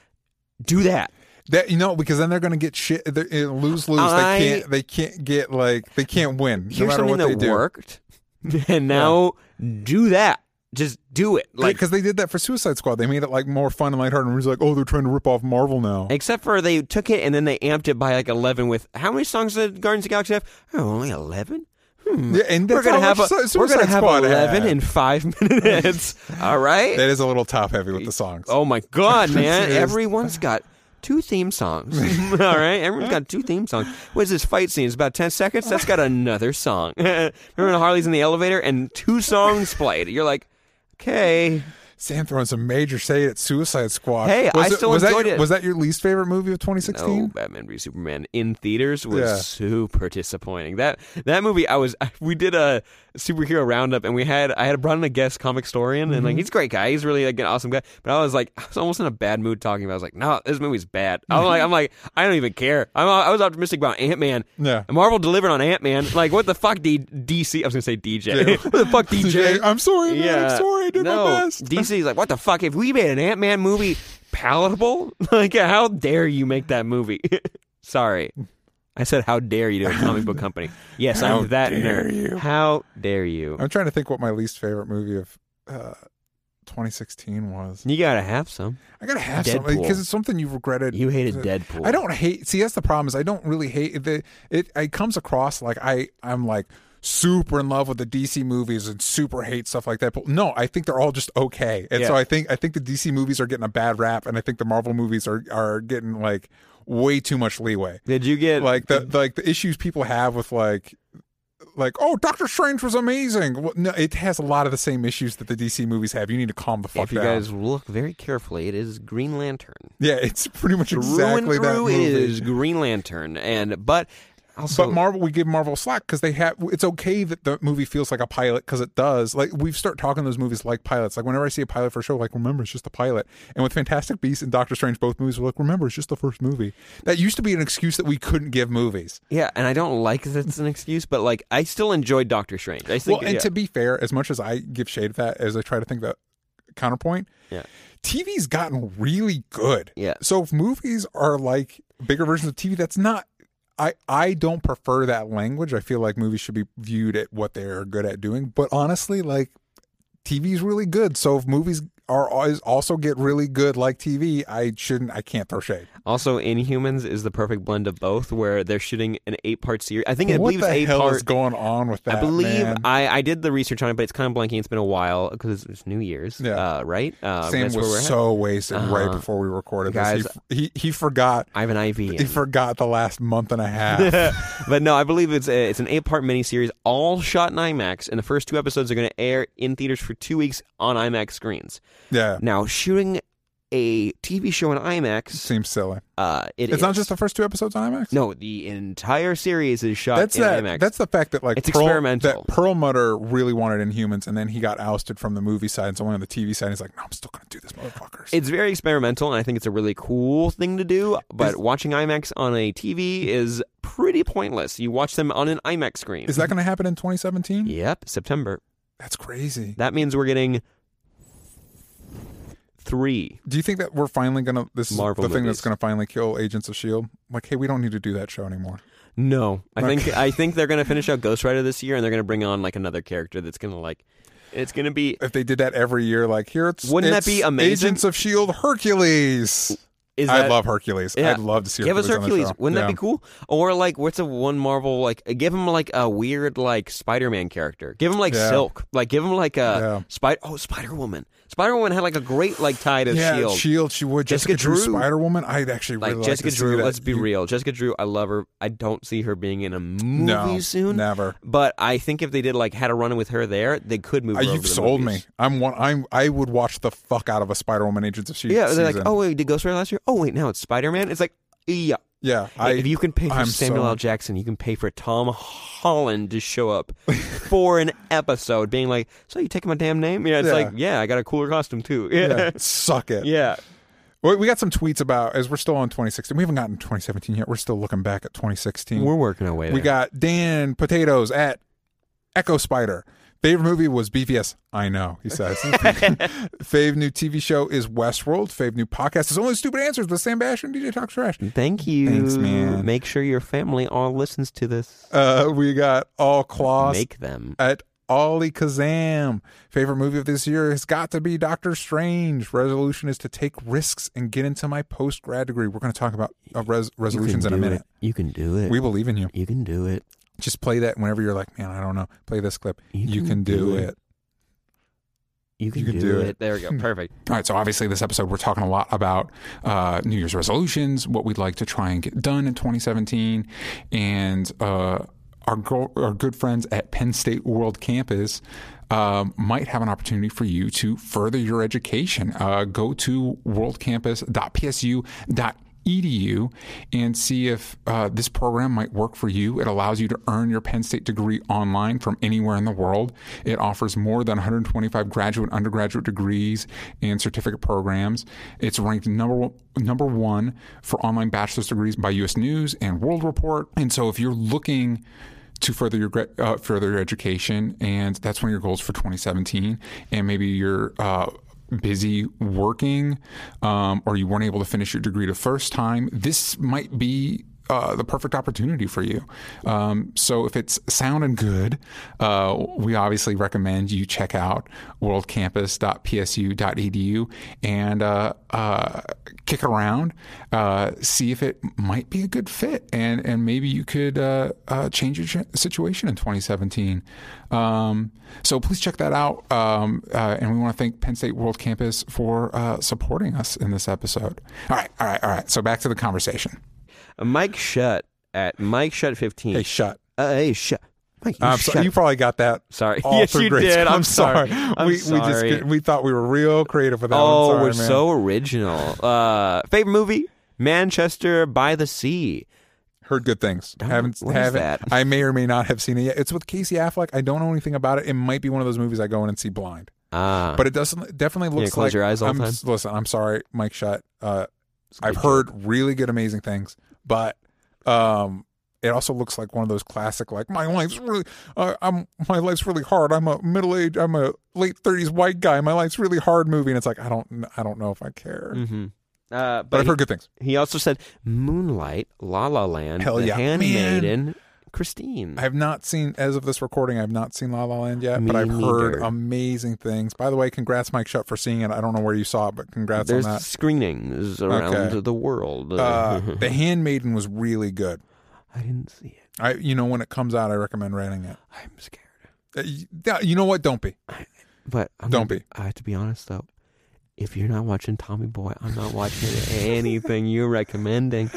B: Do that.
C: That you know, because then they're going to get shit. eh, Lose lose.
B: I-
C: They can't. They can't get like they can't win. no
B: Here's
C: matter
B: something
C: what they
B: that
C: do.
B: worked, and now do that. Just do it. Like
C: because they did that for Suicide Squad. They made it like more fun and lighthearted. And was like, oh, they're trying to rip off Marvel now.
B: Except for they took it and then they amped it by like eleven. With how many songs did Guardians of the Galaxy have? Oh, only eleven.
C: Yeah, and
B: We're
C: that's
B: gonna
C: how
B: have
C: much
B: a,
C: Su-
B: we're gonna
C: Suicide
B: have
C: Squad
B: eleven
C: had.
B: in five minutes. All right.
C: That is a little top heavy with the songs.
B: Oh my god, man!
C: It is.
B: Everyone's got two theme songs. All right, everyone's got two theme songs. What is this fight scene? It's about ten seconds. That's got another song. Remember when Harley's in the elevator and two songs played? You're like, okay,
C: Sam throwing some major shade at Suicide Squad.
B: Hey, I
C: it-
B: still
C: was
B: enjoyed
C: that, your-
B: it.
C: Was that your least favorite movie of
B: no,
C: 2016?
B: Batman v Superman in theaters was
C: Yeah.
B: super disappointing. That that movie, I was we did a superhero roundup and we had I had brought in a guest comic historian and like
C: Mm-hmm.
B: he's a great guy, he's really like an awesome guy. But I was like I was almost in a bad mood talking about. It. I was like, no, this movie's bad. I'm like I'm like I don't even care. I'm I was optimistic about Ant Man.
C: Yeah.
B: Marvel delivered on Ant Man. Like what the fuck, D- DC? I was gonna say DJ. what the fuck, DJ?
C: I'm sorry, man. I'm sorry. I did
B: no,
C: my best.
B: DC's like, what the fuck? If we made an Ant Man movie palatable, like, how dare you make that movie? Sorry. I said, how dare you to a comic book company? Yes,
C: How
B: I'm that
C: dare
B: nerd.
C: you.
B: How dare you?
C: I'm trying to think what my least favorite movie of uh, 2016 was.
B: You gotta have some.
C: I gotta have something
B: Deadpool.
C: because it's something you regretted.
B: You hated
C: Uh,
B: Deadpool.
C: I don't hate. See, that's the problem is I don't really hate the. It it comes across like I I'm like super in love with the DC movies and super hate stuff like that. But no, I think they're all just okay. And so
B: Yeah.
C: I think I think the DC movies are getting a bad rap, and I think the Marvel movies are are getting like way too much leeway.
B: Did you get
C: Like the like the issues people have with like. Like oh, Doctor Strange was amazing. Well, no, it has a lot of the same issues that the DC movies have. You need to calm the fuck
B: If you
C: down.
B: guys look very carefully, it is Green Lantern.
C: yeah, it's pretty much
B: Through
C: exactly
B: and
C: that
B: through,
C: movie.
B: it is Green Lantern, and but also
C: but Marvel, we give Marvel slack because they have. It's okay that the movie feels like a pilot because it does. Like we start talking those movies like pilots. Like whenever I see a pilot for a show, like remember it's just a pilot. And with Fantastic Beasts and Doctor Strange, both movies were like remember it's just the first movie. That used to be an excuse that we couldn't give movies.
B: yeah, and I don't like that it's an excuse, but like I still enjoyed Doctor Strange. I think
C: well, and
B: yeah.
C: to be fair, as much as I give shade of that, as I try to think that counterpoint,
B: Yeah.
C: TV's gotten really good.
B: Yeah.
C: So if movies are like bigger versions of TV, that's not. I, I don't prefer that language. I feel like movies should be viewed at what they're good at doing. But honestly, like TV's really good. So if movies are always also get really good like TV, I shouldn't I can't throw shade.
B: Also, Inhumans is the perfect blend of both, where they're shooting an eight-part series. I think I
C: what
B: believe
C: the
B: it's eight
C: hell
B: part.
C: is going on with that?
B: I believe
C: man?
B: I, I did the research on it, but it's kind of blanking. It's been a while because it's, it's New Year's,
C: Yeah.
B: uh, right? Uh,
C: Sam
B: that's where we're
C: was
B: at.
C: so wasted right
B: Uh-huh.
C: before we recorded
B: Guys,
C: this. He, he he forgot
B: I have an IV.
C: he
B: in.
C: forgot the last month and a half.
B: but no, I believe it's a, it's an eight part miniseries, all shot in IMAX, and the first two episodes are going to air in theaters for two weeks on IMAX screens.
C: yeah,
B: Now, shooting a TV show in IMAX,
C: seems silly.
B: uh, it
C: It's not
B: is-
C: just the first two episodes on IMAX.
B: no, the entire series is shot
C: that's
B: in
C: that.
B: IMAX.
C: That's the fact that like
B: It's
C: Pearl,
B: experimental.
C: That Perlmutter really wanted Inhumans, and then he got ousted from the movie side, and someone on the TV side is like, "No, I'm still going to do this, motherfuckers."
B: it's very experimental, and I think it's a really cool thing to do. But watching IMAX on a TV is pretty pointless. You watch them on an IMAX screen.
C: Is that going to happen in 2017?
B: Yep, September.
C: That's crazy.
B: That means we're getting three.
C: Do you think that we're finally going to this is
B: Marvel
C: the thing
B: movies.
C: that's going to finally kill Agents of Shield? E Like, hey, we don't need to do that show anymore.
B: No, I think I think they're gonna finish out Ghost Rider this year, and they're gonna bring on like another character that's gonna like, it's gonna be
C: If they did that every year, like here, it's
B: Wouldn't that
C: it's
B: be amazing?
C: Agents of Shield E Hercules.
B: is
C: I
B: that-
C: love Hercules.
B: Yeah.
C: I'd love to see
B: give us
C: Hercules.
B: Hercules.
C: On the show.
B: Wouldn't
C: Yeah.
B: that be cool? Or like, what's a one Marvel like? Give him like a weird like Spider Man character. Give him like
C: Yeah.
B: Silk. Like give him like a
C: Yeah.
B: Spider. Oh, Spider Woman. Spider Woman had like a great like tie to
C: Yeah,
B: Shield.
C: She would
B: Jessica
C: Jessica, Drew,
B: Drew.
C: Spider Woman. I'd actually
B: like
C: really
B: Jessica
C: like to see
B: Drew.
C: that.
B: Let's be
C: You-
B: real. Jessica Drew. I love her. I don't see her being in a movie
C: No,
B: soon.
C: never.
B: But I think if they did like had a run with her there, they could move.
C: Uh,
B: her over
C: you've
B: to the
C: sold
B: movies.
C: me. I'm one. I'm. I would watch the fuck out of a Spider Woman Agents of Shield.
B: Yeah,
C: season.
B: they're like, oh wait, we did Ghost Rider last year? Oh wait, now it's Spider Man. It's like, yeah.
C: yeah. I,
B: if you can pay for
C: I'm
B: Samuel
C: so-
B: L. Jackson, you can pay for Tom Holland to show up for an episode, being like, "So you taking my damn name?" Yeah, it's
C: Yeah.
B: like, yeah, I got a cooler costume too.
C: yeah,
B: Yeah,
C: suck it.
B: yeah.
C: Well, we got some tweets about as we're still on 2016. We haven't gotten to 2017 yet. We're still looking back at 2016.
B: We're working our way.
C: we
B: there.
C: got Dan Potatoes at Echo Spider. Favorite movie was BVS. I know, he says. Fave new TV show is Westworld. Fave new podcast is Only Stupid Answers with Sam Bash and DJ Talk Trash.
B: Thank you.
C: Thanks, man.
B: Make sure your family all listens to this.
C: Uh, we got All Claws
B: Make them.
C: at Ollie Kazam. Favorite movie of this year has got to be Doctor Strange. Resolution is to take risks and get into my post grad degree. We're going to talk about uh, res-
B: You can
C: resolutions in a
B: do
C: minute.
B: It. You can do it.
C: We believe in you.
B: you can do it.
C: Just play that whenever you're like, man, I don't know. Play this clip. You, can, do it.
B: You can,
C: You can
B: do,
C: do
B: it.
C: it. Hmm.
B: There we go. Perfect.
C: All right, so obviously, this episode, we're talking a lot about uh, New Year's resolutions, what we'd like to try and get done in 2017. And uh, our, girl, our good friends at Penn State World Campus um, might have an opportunity for you to further your education. Uh, go to worldcampus.psu.edu edu and see if uh, this program might work for you. It allows you to earn your Penn State degree online from anywhere in the world. It offers more than 125 graduate, undergraduate degrees and certificate programs. It's ranked number one- number one for online bachelor's degrees by U.S. News and World Report. And so, if you're looking to further your gra- uh, further your education, and that's one of your goals for 2017. And maybe you're uh, busy working, um, or you weren't able to finish your degree the first time. This might be. Uh, the perfect opportunity for you. Um, so, if it's sound and good, uh, we obviously recommend you check out worldcampus.psu.edu E and uh, uh, kick around, uh, see if it might be a good fit, and and maybe you could uh, uh, change your ch- situation in 2017. Um, so please check that out, um, uh, and we want to thank Penn State World Campus for uh, supporting us in this episode. All right, all right, all right. So back to the conversation.
B: Uh, Mike Shutt at Mike Shutt fifteen.
C: Hey, shut.
B: Uh, hey, Shutt. Mike, you
C: I'm
B: shut
C: sorry, you probably got that.
B: Sorry.
C: all
B: yes,
C: through
B: you
C: grade
B: did.
C: school.
B: I'm sorry. I'm
C: we we just
B: sorry.
C: could- we thought we were real creative with that. one.
B: oh,
C: Sorry,
B: we're
C: man.
B: so original. Uh, favorite movie? Manchester by the Sea.
C: Heard good things. haven't
B: what is
C: haven't.
B: that?
C: I may or may not have seen it yet. It's with Casey Affleck. I don't know anything about it. It might be one of those movies I go in and see blind.
B: Ah,
C: But it doesn't. Definitely looks
B: close
C: like.
B: your eyes all
C: I'm,
B: the time.
C: Listen, I'm sorry, Mike Shutt. Uh,
B: it's a
C: I've
B: good
C: heard
B: joke.
C: really good, amazing things, but um, it also looks like one of those classic, like my life's really, uh, I'm my life's really hard. I'm a middle aged, I'm a late thirties white guy. My life's really hard movie, and it's like I don't, I don't know if I care.
B: Mhm. Uh,
C: But
B: but
C: I've
B: he,
C: heard good things.
B: he also said Moonlight, La La Land,
C: Hell
B: The
C: yeah.
B: Handmaiden, Christine.
C: I have not seen as of this recording. I have not seen La La Land yet,
B: Me
C: but I've heard
B: neither.
C: amazing things. By the way, congrats, Mike Shutt, for seeing it. I don't know where you saw it, but congrats
B: There's
C: on that.
B: screenings around
C: Okay.
B: the world.
C: Uh, the Handmaiden was really good.
B: I didn't see it.
C: I, you know, when it comes out, I recommend renting it.
B: I'm scared.
C: Uh, you- that- You know what? Don't be.
B: But I'm
C: Don't
B: gonna-
C: be.
B: I have to be honest though. If you're not watching Tommy Boy, I'm not watching anything you're recommending.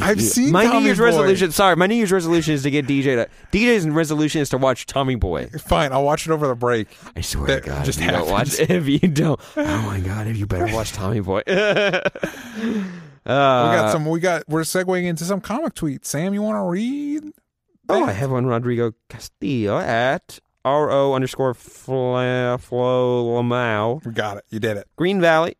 C: I've
B: You-
C: seen
B: my
C: Tommy
B: New Year's
C: Boy.
B: resolution. Sorry, my New Year's resolution is to get DJ to DJ's resolution is to watch Tommy Boy.
C: Fine, I'll watch it over the break.
B: I swear
C: That
B: to God,
C: just
B: if you don't watch if you don't. Oh my God, if you better watch Tommy Boy. uh,
C: We got some. We got. We're segueing into some comic tweets. Sam, you want to read?
B: Oh, I have one. Rodrigo Castillo at ro underscore fla, flow lamau
C: We got it. You did it.
B: Green Valley.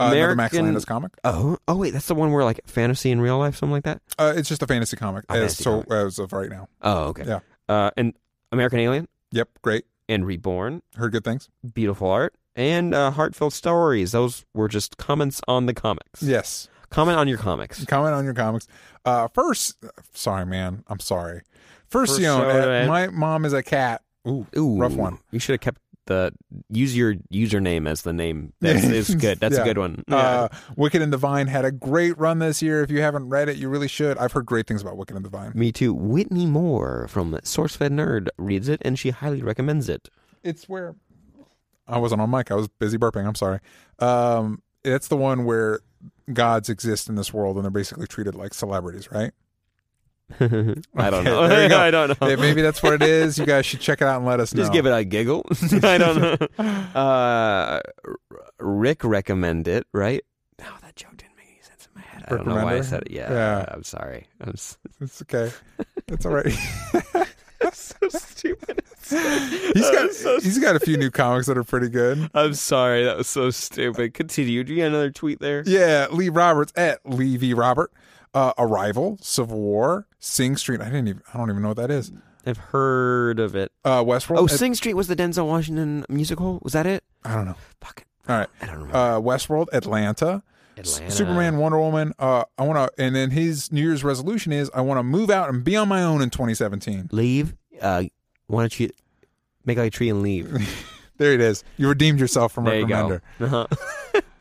C: Uh, another Max
B: American-
C: Landis comic.
B: Oh, oh wait, that's the one where like fantasy in real life, something like that.
C: Uh, it's just a fantasy comic.
B: A
C: as
B: fantasy
C: so
B: comic.
C: as of right now.
B: Oh, okay.
C: Yeah.
B: Uh, and American Alien
C: Yep. Great.
B: and Reborn.
C: Heard good things.
B: beautiful art and uh, heartfelt stories. Those were just comments on the comics.
C: Yes.
B: Comment on your comics.
C: Comment on your comics. Uh, first, sorry, man. I'm sorry. First,
B: First,
C: you know,
B: sorry,
C: uh,
B: man.
C: my mom is a cat. Ooh,
B: Ooh,
C: rough one.
B: You should have kept the use your username as the name. That's
C: Yeah.
B: is good. That's
C: Yeah.
B: a good one.
C: Uh, Wicked and Divine had a great run this year. If you haven't read it, you really should. I've heard great things about Wicked and Divine.
B: Me too. Whitney Moore from SourceFed Nerd reads it and she highly recommends it.
C: It's where I wasn't on mic. I was busy burping. I'm sorry. Um, it's the one where gods exist in this world and they're basically treated like celebrities, right?
B: I don't
C: Okay,
B: know.
C: there you go.
B: I don't know.
C: Yeah, maybe that's what it is. You guys should check it out and let us know.
B: Just give it a giggle. I don't know. Uh, R- Rick recommend it, right? No, that joke didn't make any sense in my head. I don't know why I
C: Recommender?
B: said it. Yeah,
C: Yeah.
B: I'm sorry. I'm s-
C: It's okay. It's all right.
B: so stupid.
C: He's
B: That
C: got
B: was so
C: he's got a few new comics that are pretty good.
B: I'm sorry, that was so stupid. Continue. Do you got another tweet there?
C: Yeah, Lee Roberts at Lee V Robert. Uh, Arrival, Civil War, Sing Street. I didn't even I don't even know what that is.
B: I've heard of it.
C: Uh, Westworld.
B: Oh,
C: It-
B: Sing Street was the Denzel Washington musical. Was that it?
C: I don't know.
B: Fuck.
C: All right.
B: I don't remember.
C: Uh, Westworld, Atlanta, S-
B: Atlanta.
C: Superman, Wonder Woman. Uh, I want to, and then his New Year's resolution is I want to move out and be on my own in 2017.
B: Leave. Uh, why don't you make like a tree and leave?
C: There it is. You redeemed yourself from
B: There you
C: recommender.
B: go. Uh-huh.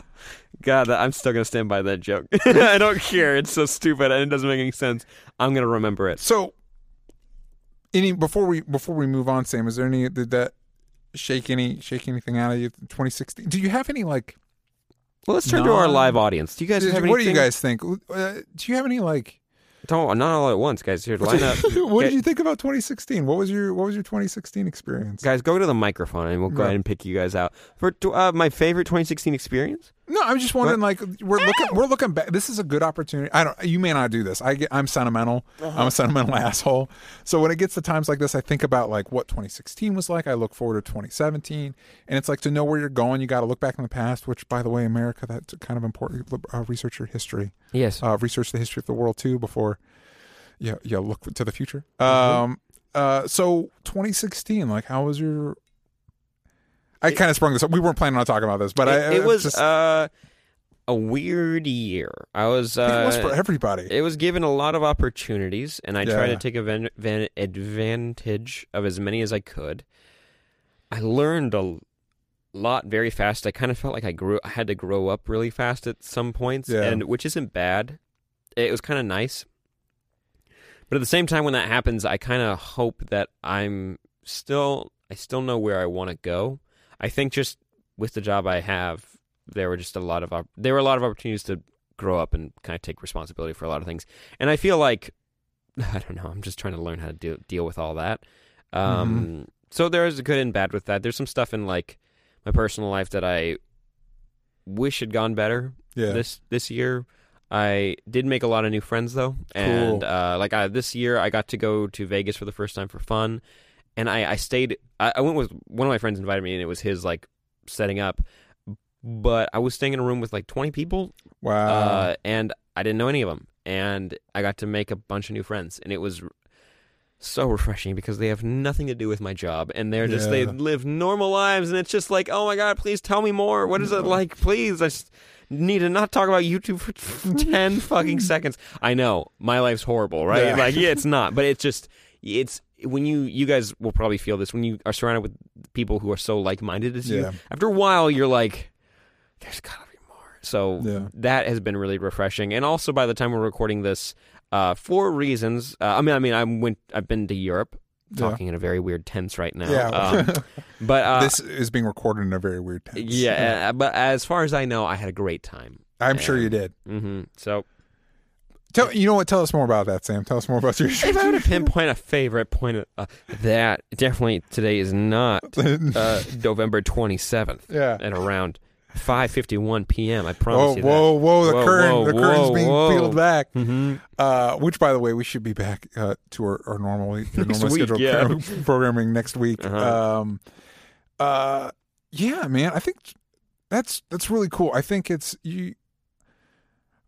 B: God, that, I'm still gonna stand by that joke. I don't care. It's so stupid and it doesn't make any sense. I'm gonna remember it.
C: So, any before we before we move on, Sam, is there any did that shake any shake anything out of you? 2016. Do you have any like?
B: Well, let's turn to our
C: No.
B: live audience. Do you guys
C: did-
B: have
C: what do you
B: anything?
C: guys think? Uh, do you have any like?
B: Don't not all at once, guys. Here, line up.
C: what
B: Get-
C: did you think about 2016? What was your what was your 2016 experience?
B: Guys, go to the microphone and we'll go
C: Yeah.
B: ahead and pick you guys out. For tw- uh, my favorite 2016 experience,
C: No, I'm just wondering. Like, we're looking, we're looking back. This is a good opportunity. I don't. You may not do this. I get. I'm sentimental.
B: Uh-huh.
C: I'm a sentimental asshole. So when it gets to times like this, I think about like what 2016 was like. I look forward to 2017, and it's like to know where you're going, you got to look back in the past. Which, by the way, America, that's kind of important. Uh, research your history.
B: yes,
C: Uh, research the history of the world too before. Yeah, yeah. Look to the future.
B: Mm-hmm.
C: Um. Uh. So 2016. Like, how was your? I kind of sprung this up. We weren't planning on talking about this, but
B: it,
C: I.
B: it
C: I
B: was
C: just-
B: uh, a weird year. I was. Uh,
C: I think it was for everybody.
B: It was given a lot of opportunities, and I tried
C: Yeah.
B: to take avan- van- advantage of as many as I could. I learned a l- lot very fast. I kind of felt like I grew. I had to grow up really fast at some points,
C: Yeah.
B: and which isn't bad. It was kind of nice, but at the same time, when that happens, I kind of hope that I'm still. I still know where I want to go. I think just with the job I have, there were just a lot of op- there were a lot of opportunities to grow up and kind of take responsibility for a lot of things. And I feel like I don't know. I'm just trying to learn how to do, deal with all that. Um, So there is good and bad with that. There's some stuff in like my personal life that I wish had gone better
C: Yeah.
B: this this year. I did make a lot of new friends though, and
C: Cool.
B: uh, like I, this year I got to go to Vegas for the first time for fun, and I, I stayed. I, I went with one of my friends invited me, and it was his like setting up. But I was staying in a room with like 20 people,
C: wow.
B: uh, and I didn't know any of them, and I got to make a bunch of new friends, and it was r- so refreshing because they have nothing to do with my job, and they're just they
C: Yeah.
B: live normal lives, and it's just like, oh my god, please tell me more. What is it like? Please, I just need to not talk about YouTube for ten fucking seconds. I know my life's horrible, right?
C: Yeah.
B: Like, yeah, it's not, but it's just it's when you you guys will probably feel this when you are surrounded with people who are so like minded as
C: Yeah.
B: you. After a while, you're like, there's gotta be more. So
C: Yeah.
B: that has been really refreshing, and also by the time we're recording this, uh, for reasons. Uh, I mean, I mean, I went, I've been to Europe.
C: Yeah.
B: Talking in a very weird tense right now.
C: Yeah.
B: Um, but uh,
C: this is being recorded in a very weird tense.
B: yeah, uh, but as far as I know, I had a great time.
C: I'm sure you did.
B: hmm So,
C: Tell you know what? Tell us more about that, Sam. Tell us more about your.
B: if I were to pinpoint a favorite point, uh, that definitely today is not uh, November 27th
C: Yeah.
B: at around 5:51 p.m. I promise
C: Oh,
B: you.
C: whoa, whoa! The
B: Whoa,
C: curtain,
B: whoa,
C: the curtain's
B: whoa,
C: being
B: whoa.
C: peeled back.
B: hmm
C: Uh, which, by the way, we should be back uh, to our, our normally, our normally
B: week,
C: scheduled
B: yeah.
C: pro- programming next week.
B: Uh-huh.
C: Um, uh, yeah, man, I think that's that's really cool. I think it's you.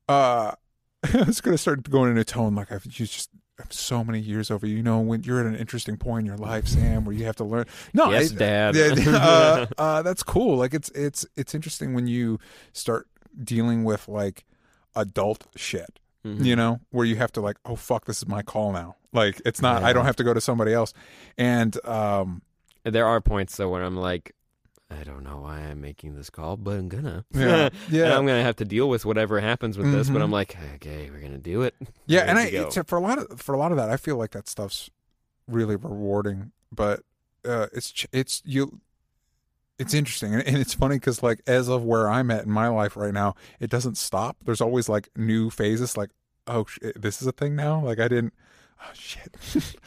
C: Uh, it's gonna start going in a tone like I've used just I'm so many years over. You know, when you're at an interesting point in your life, Sam, where you have to learn. No,
B: Yes,
C: I-
B: Dad.
C: yeah, uh, uh, that's cool. Like it's it's it's interesting when you start dealing with like adult shit.
B: Mhm.
C: You know, where you have to like, oh fuck, this is my call now. Like it's not. I don't have to go to somebody else. And um,
B: There are points though where I'm like, I don't know why I'm making this call, but I'm gonna.
C: Yeah. Yeah.
B: And I'm gonna have to deal with whatever happens with this. But
C: Mhm.
B: I'm like, okay, we're gonna do it.
C: yeah,
B: Ready
C: and
B: to
C: I
B: go.
C: it's, for a lot of for a lot of that, I feel like that stuff's really rewarding. But uh, it's ch- it's you. It's interesting and, and it's funny because like as of where I'm at in my life right now, it doesn't stop. There's always like new phases. Like oh, sh- this is a thing now. Like I didn't. Oh shit.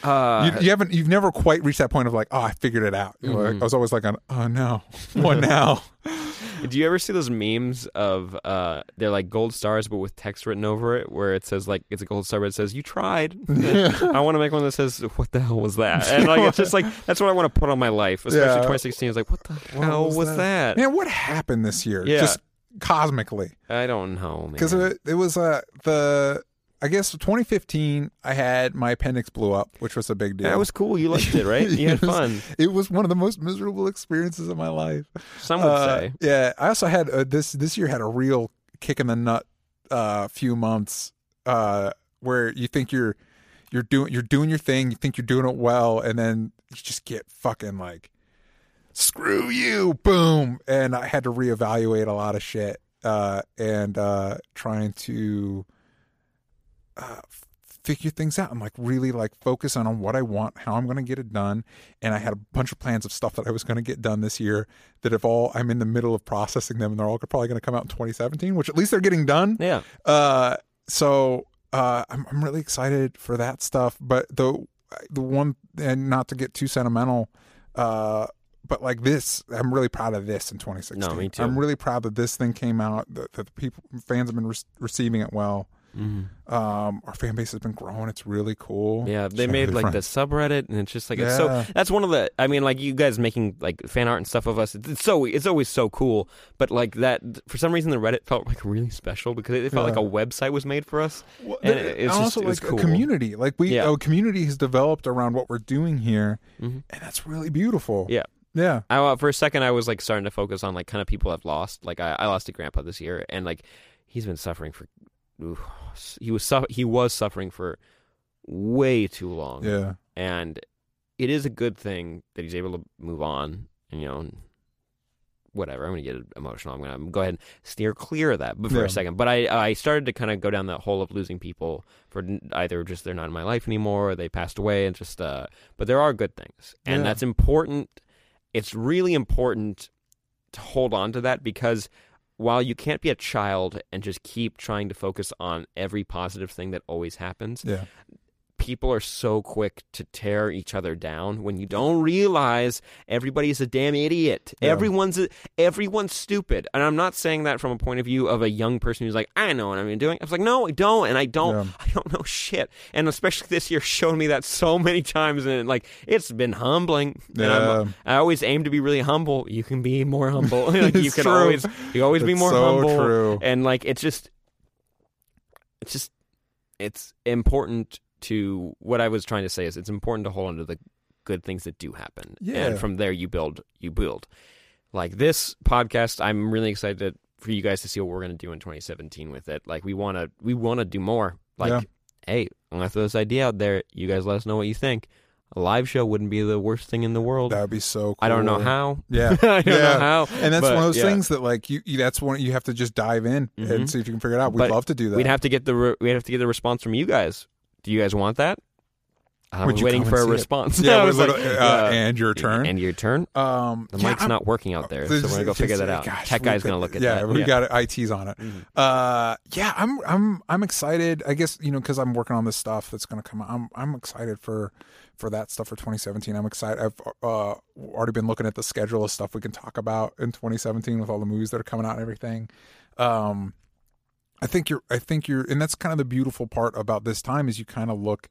B: Uh,
C: you, you haven't you've never quite reached that point of like oh i figured it out You know, like,
B: Mhm.
C: i was always like on, oh no what now
B: Do you ever see those memes of uh they're like gold stars but with text written over it where it says like it's a gold star but it says you tried. I want to make one that says what the hell was that? And like it's just like that's what I want to put on my life, especially
C: Yeah.
B: 2016 is like what the hell was, that?
C: man what happened this year
B: Uh, Yeah.
C: just cosmically
B: I don't know, man.
C: because it, it was uh the i guess 2015 i had my appendix blew up which was a big deal
B: that was cool. You liked it, right? You had
C: It was-
B: fun.
C: it was one of the most miserable experiences of my life
B: Some would
C: Uh,
B: say.
C: Yeah, I also had uh, this this year had a real kick in the nut uh, few months uh, where you think you're you're doing you're doing your thing, you think you're doing it well, and then you just get fucking like screw you, boom, and I had to reevaluate a lot of shit uh, and uh, trying to uh, f- figure things out and like really like focus on, on what I want, how I'm going to get it done. And I had a bunch of plans of stuff that I was going to get done this year that if all I'm in the middle of processing them and they're all probably going to come out in 2017, which at least they're getting done.
B: Yeah.
C: Uh, so uh, I'm, I'm really excited for that stuff. But the the one and not to get too sentimental, uh, but like this, I'm really proud of this in 2016.
B: No, me too.
C: I'm really proud that this thing came out. That, that the people fans have been re- receiving it well. Um, our fan base has been growing. It's really cool.
B: Mm-hmm. Yeah, they
C: Share
B: made
C: with
B: like
C: your
B: the
C: friends.
B: subreddit, and it's just like it's
C: Yeah.
B: so. That's one of the. I mean, like you guys making like fan art and stuff of us. It's, it's so. It's always so cool. But like that, for some reason, the Reddit felt like really special because it, it felt
C: Yeah.
B: like a website was made for us.
C: Well,
B: and
C: there-
B: it- it's
C: and
B: just-
C: also
B: it's
C: like
B: cool.
C: a community. Like we,
B: Yeah.
C: a community has developed around what we're doing here,
B: Mhm.
C: and that's really beautiful.
B: Yeah.
C: Yeah.
B: I, uh, for a second, I was like starting to focus on like kind of people I've lost. Like I, I lost a grandpa this year, and like he's been suffering for. oof, he was su- he was suffering for way too long.
C: Yeah.
B: and it is a good thing that he's able to move on and you know and whatever i'm gonna get emotional i'm gonna go ahead and steer clear of that but for
C: Yeah.
B: a second but i i started to kind of go down that hole of losing people for n- either just they're not in my life anymore or they passed away and just uh but there are good things and
C: Yeah.
B: that's important it's really important to hold on to that because while you can't be a child and just keep trying to focus on every positive thing that always happens
C: Yeah.
B: people are so quick to tear each other down when you don't realize everybody's a damn idiot.
C: Yeah.
B: Everyone's a, everyone's stupid. And I'm not saying that from a point of view of a young person who's like, I know what I'm doing. I was like, no, I don't, and I don't.
C: Yeah.
B: I don't know shit. And especially this year showed me that so many times, and like it's been humbling. And I'm, I always aim to be really humble. You can be more humble. like, you
C: It's
B: can
C: true.
B: always you always be
C: It's
B: more
C: so
B: humble.
C: true.
B: And like it's just it's just it's important to what I was trying to say is it's important to hold on to the good things that do happen.
C: Yeah.
B: And from there you build you build. Like this podcast, I'm really excited for you guys to see what we're gonna do in 2017 with it. Like we wanna we wanna do more. Like,
C: Yeah.
B: hey, I'm gonna throw this idea out there. You guys let us know what you think. A live show wouldn't be the worst thing in the world.
C: That'd be so. cool.
B: I don't know how.
C: Yeah,
B: I don't
C: yeah.
B: know how.
C: And that's
B: but,
C: one of those
B: yeah. Mm-hmm.
C: things that like you, you. That's one you have to just dive in and see if you can figure it out. We'd
B: But
C: love to do that.
B: We'd have to get the re- we'd have to get the response from you guys. Do you guys want that? I'm
C: Would you
B: waiting
C: come
B: for
C: and
B: a
C: see it?
B: response.
C: yeah,
B: I
C: we
B: was like,
C: literally-
B: yeah.
C: uh, and your turn.
B: And your turn.
C: um,
B: The
C: yeah,
B: mic's
C: I'm-
B: not working out there, so
C: This
B: we're gonna
C: is-
B: go figure that
C: it's-
B: out.
C: gosh,
B: Tech
C: we
B: guy's
C: could-
B: gonna look at
C: yeah,
B: that. Mm-hmm.
C: we got it. IT's on it. Uh, yeah, I'm, I'm, I'm excited. I guess you know because I'm working on this stuff that's gonna come. out. I'm, I'm excited for, for that stuff for 2017. I'm excited. I've uh, already been looking at the schedule of stuff we can talk about in 2017 with all the movies that are coming out and everything. Um, I think you're. I think you're, and that's kind of the beautiful part about this time is you kind of look.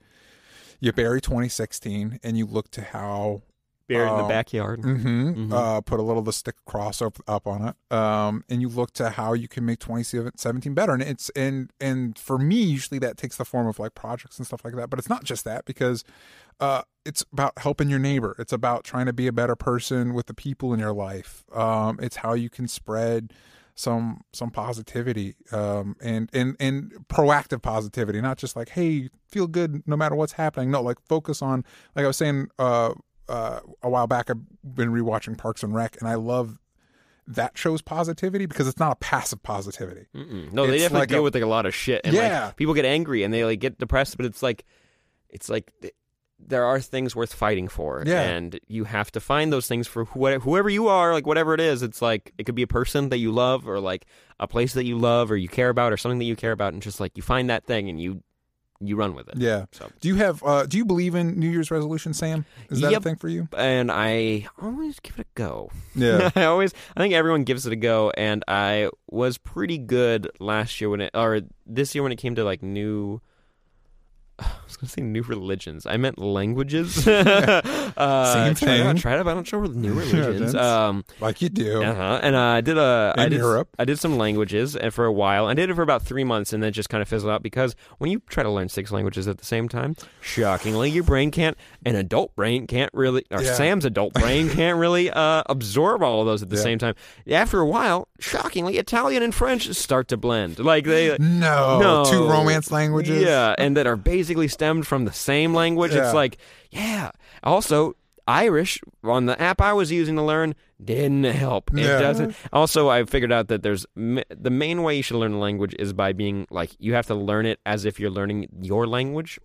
C: You bury 2016 and you look to how
B: buried in
C: um,
B: the backyard.
C: hmm Uh, put a little of the stick cross up, up on it, um, and you look to how you can make 2017 better. And it's and and for me, usually that takes the form of like projects and stuff like that. But it's not just that because uh, it's about helping your neighbor. It's about trying to be a better person with the people in your life. Um, it's how you can spread some some positivity um and and and proactive positivity not just like hey feel good no matter what's happening no like focus on like i was saying uh uh a while back i've been rewatching parks and rec and i love that shows positivity because it's not a passive positivity
B: Mm-mm. No, they
C: It's
B: definitely
C: like
B: deal
C: a-
B: with like a lot of shit. And
C: Yeah.
B: like people get angry and they like get depressed, but it's like it's like th- there are things worth fighting for.
C: Yeah.
B: And you have to find those things for whoever, whoever you are, like whatever it is. It's like it could be a person that you love or like a place that you love or you care about or something that you care about and just like you find that thing and you you run with it.
C: yeah
B: So
C: do you have uh do you believe in new year's resolution sam is that a
B: Yep.
C: thing for you
B: and I always give it a go.
C: yeah
B: I always, I think everyone gives it a go, and I was pretty good last year when it, or this year when it came to like new. I was gonna say new religions. I meant languages. uh,
C: Same
B: Tried it, out,
C: thing.
B: tried it, but I don't know new religions.
C: that's-
B: Um,
C: like you do
B: uh-huh. And uh, I did a I
C: In
B: did,
C: Europe.
B: I did some languages and for a while. I did it for about three months and then just kind of fizzled out because when you try to learn six languages at the same time, shockingly, your brain can't. An adult brain can't really, or
C: Yeah.
B: Sam's adult brain can't really uh, absorb all of those at the
C: Yeah.
B: same time. After a while, shockingly, Italian and French start to blend. Like they.
C: no,
B: No.
C: Oh, two romance languages
B: Yeah, and that are basically stemmed from the same language.
C: Yeah.
B: It's like, yeah. Also, Irish on the app I was using to learn didn't help. It
C: Yeah.
B: doesn't. Also, I figured out that there's m- the main way you should learn a language is by being like you have to learn it as if you're learning your language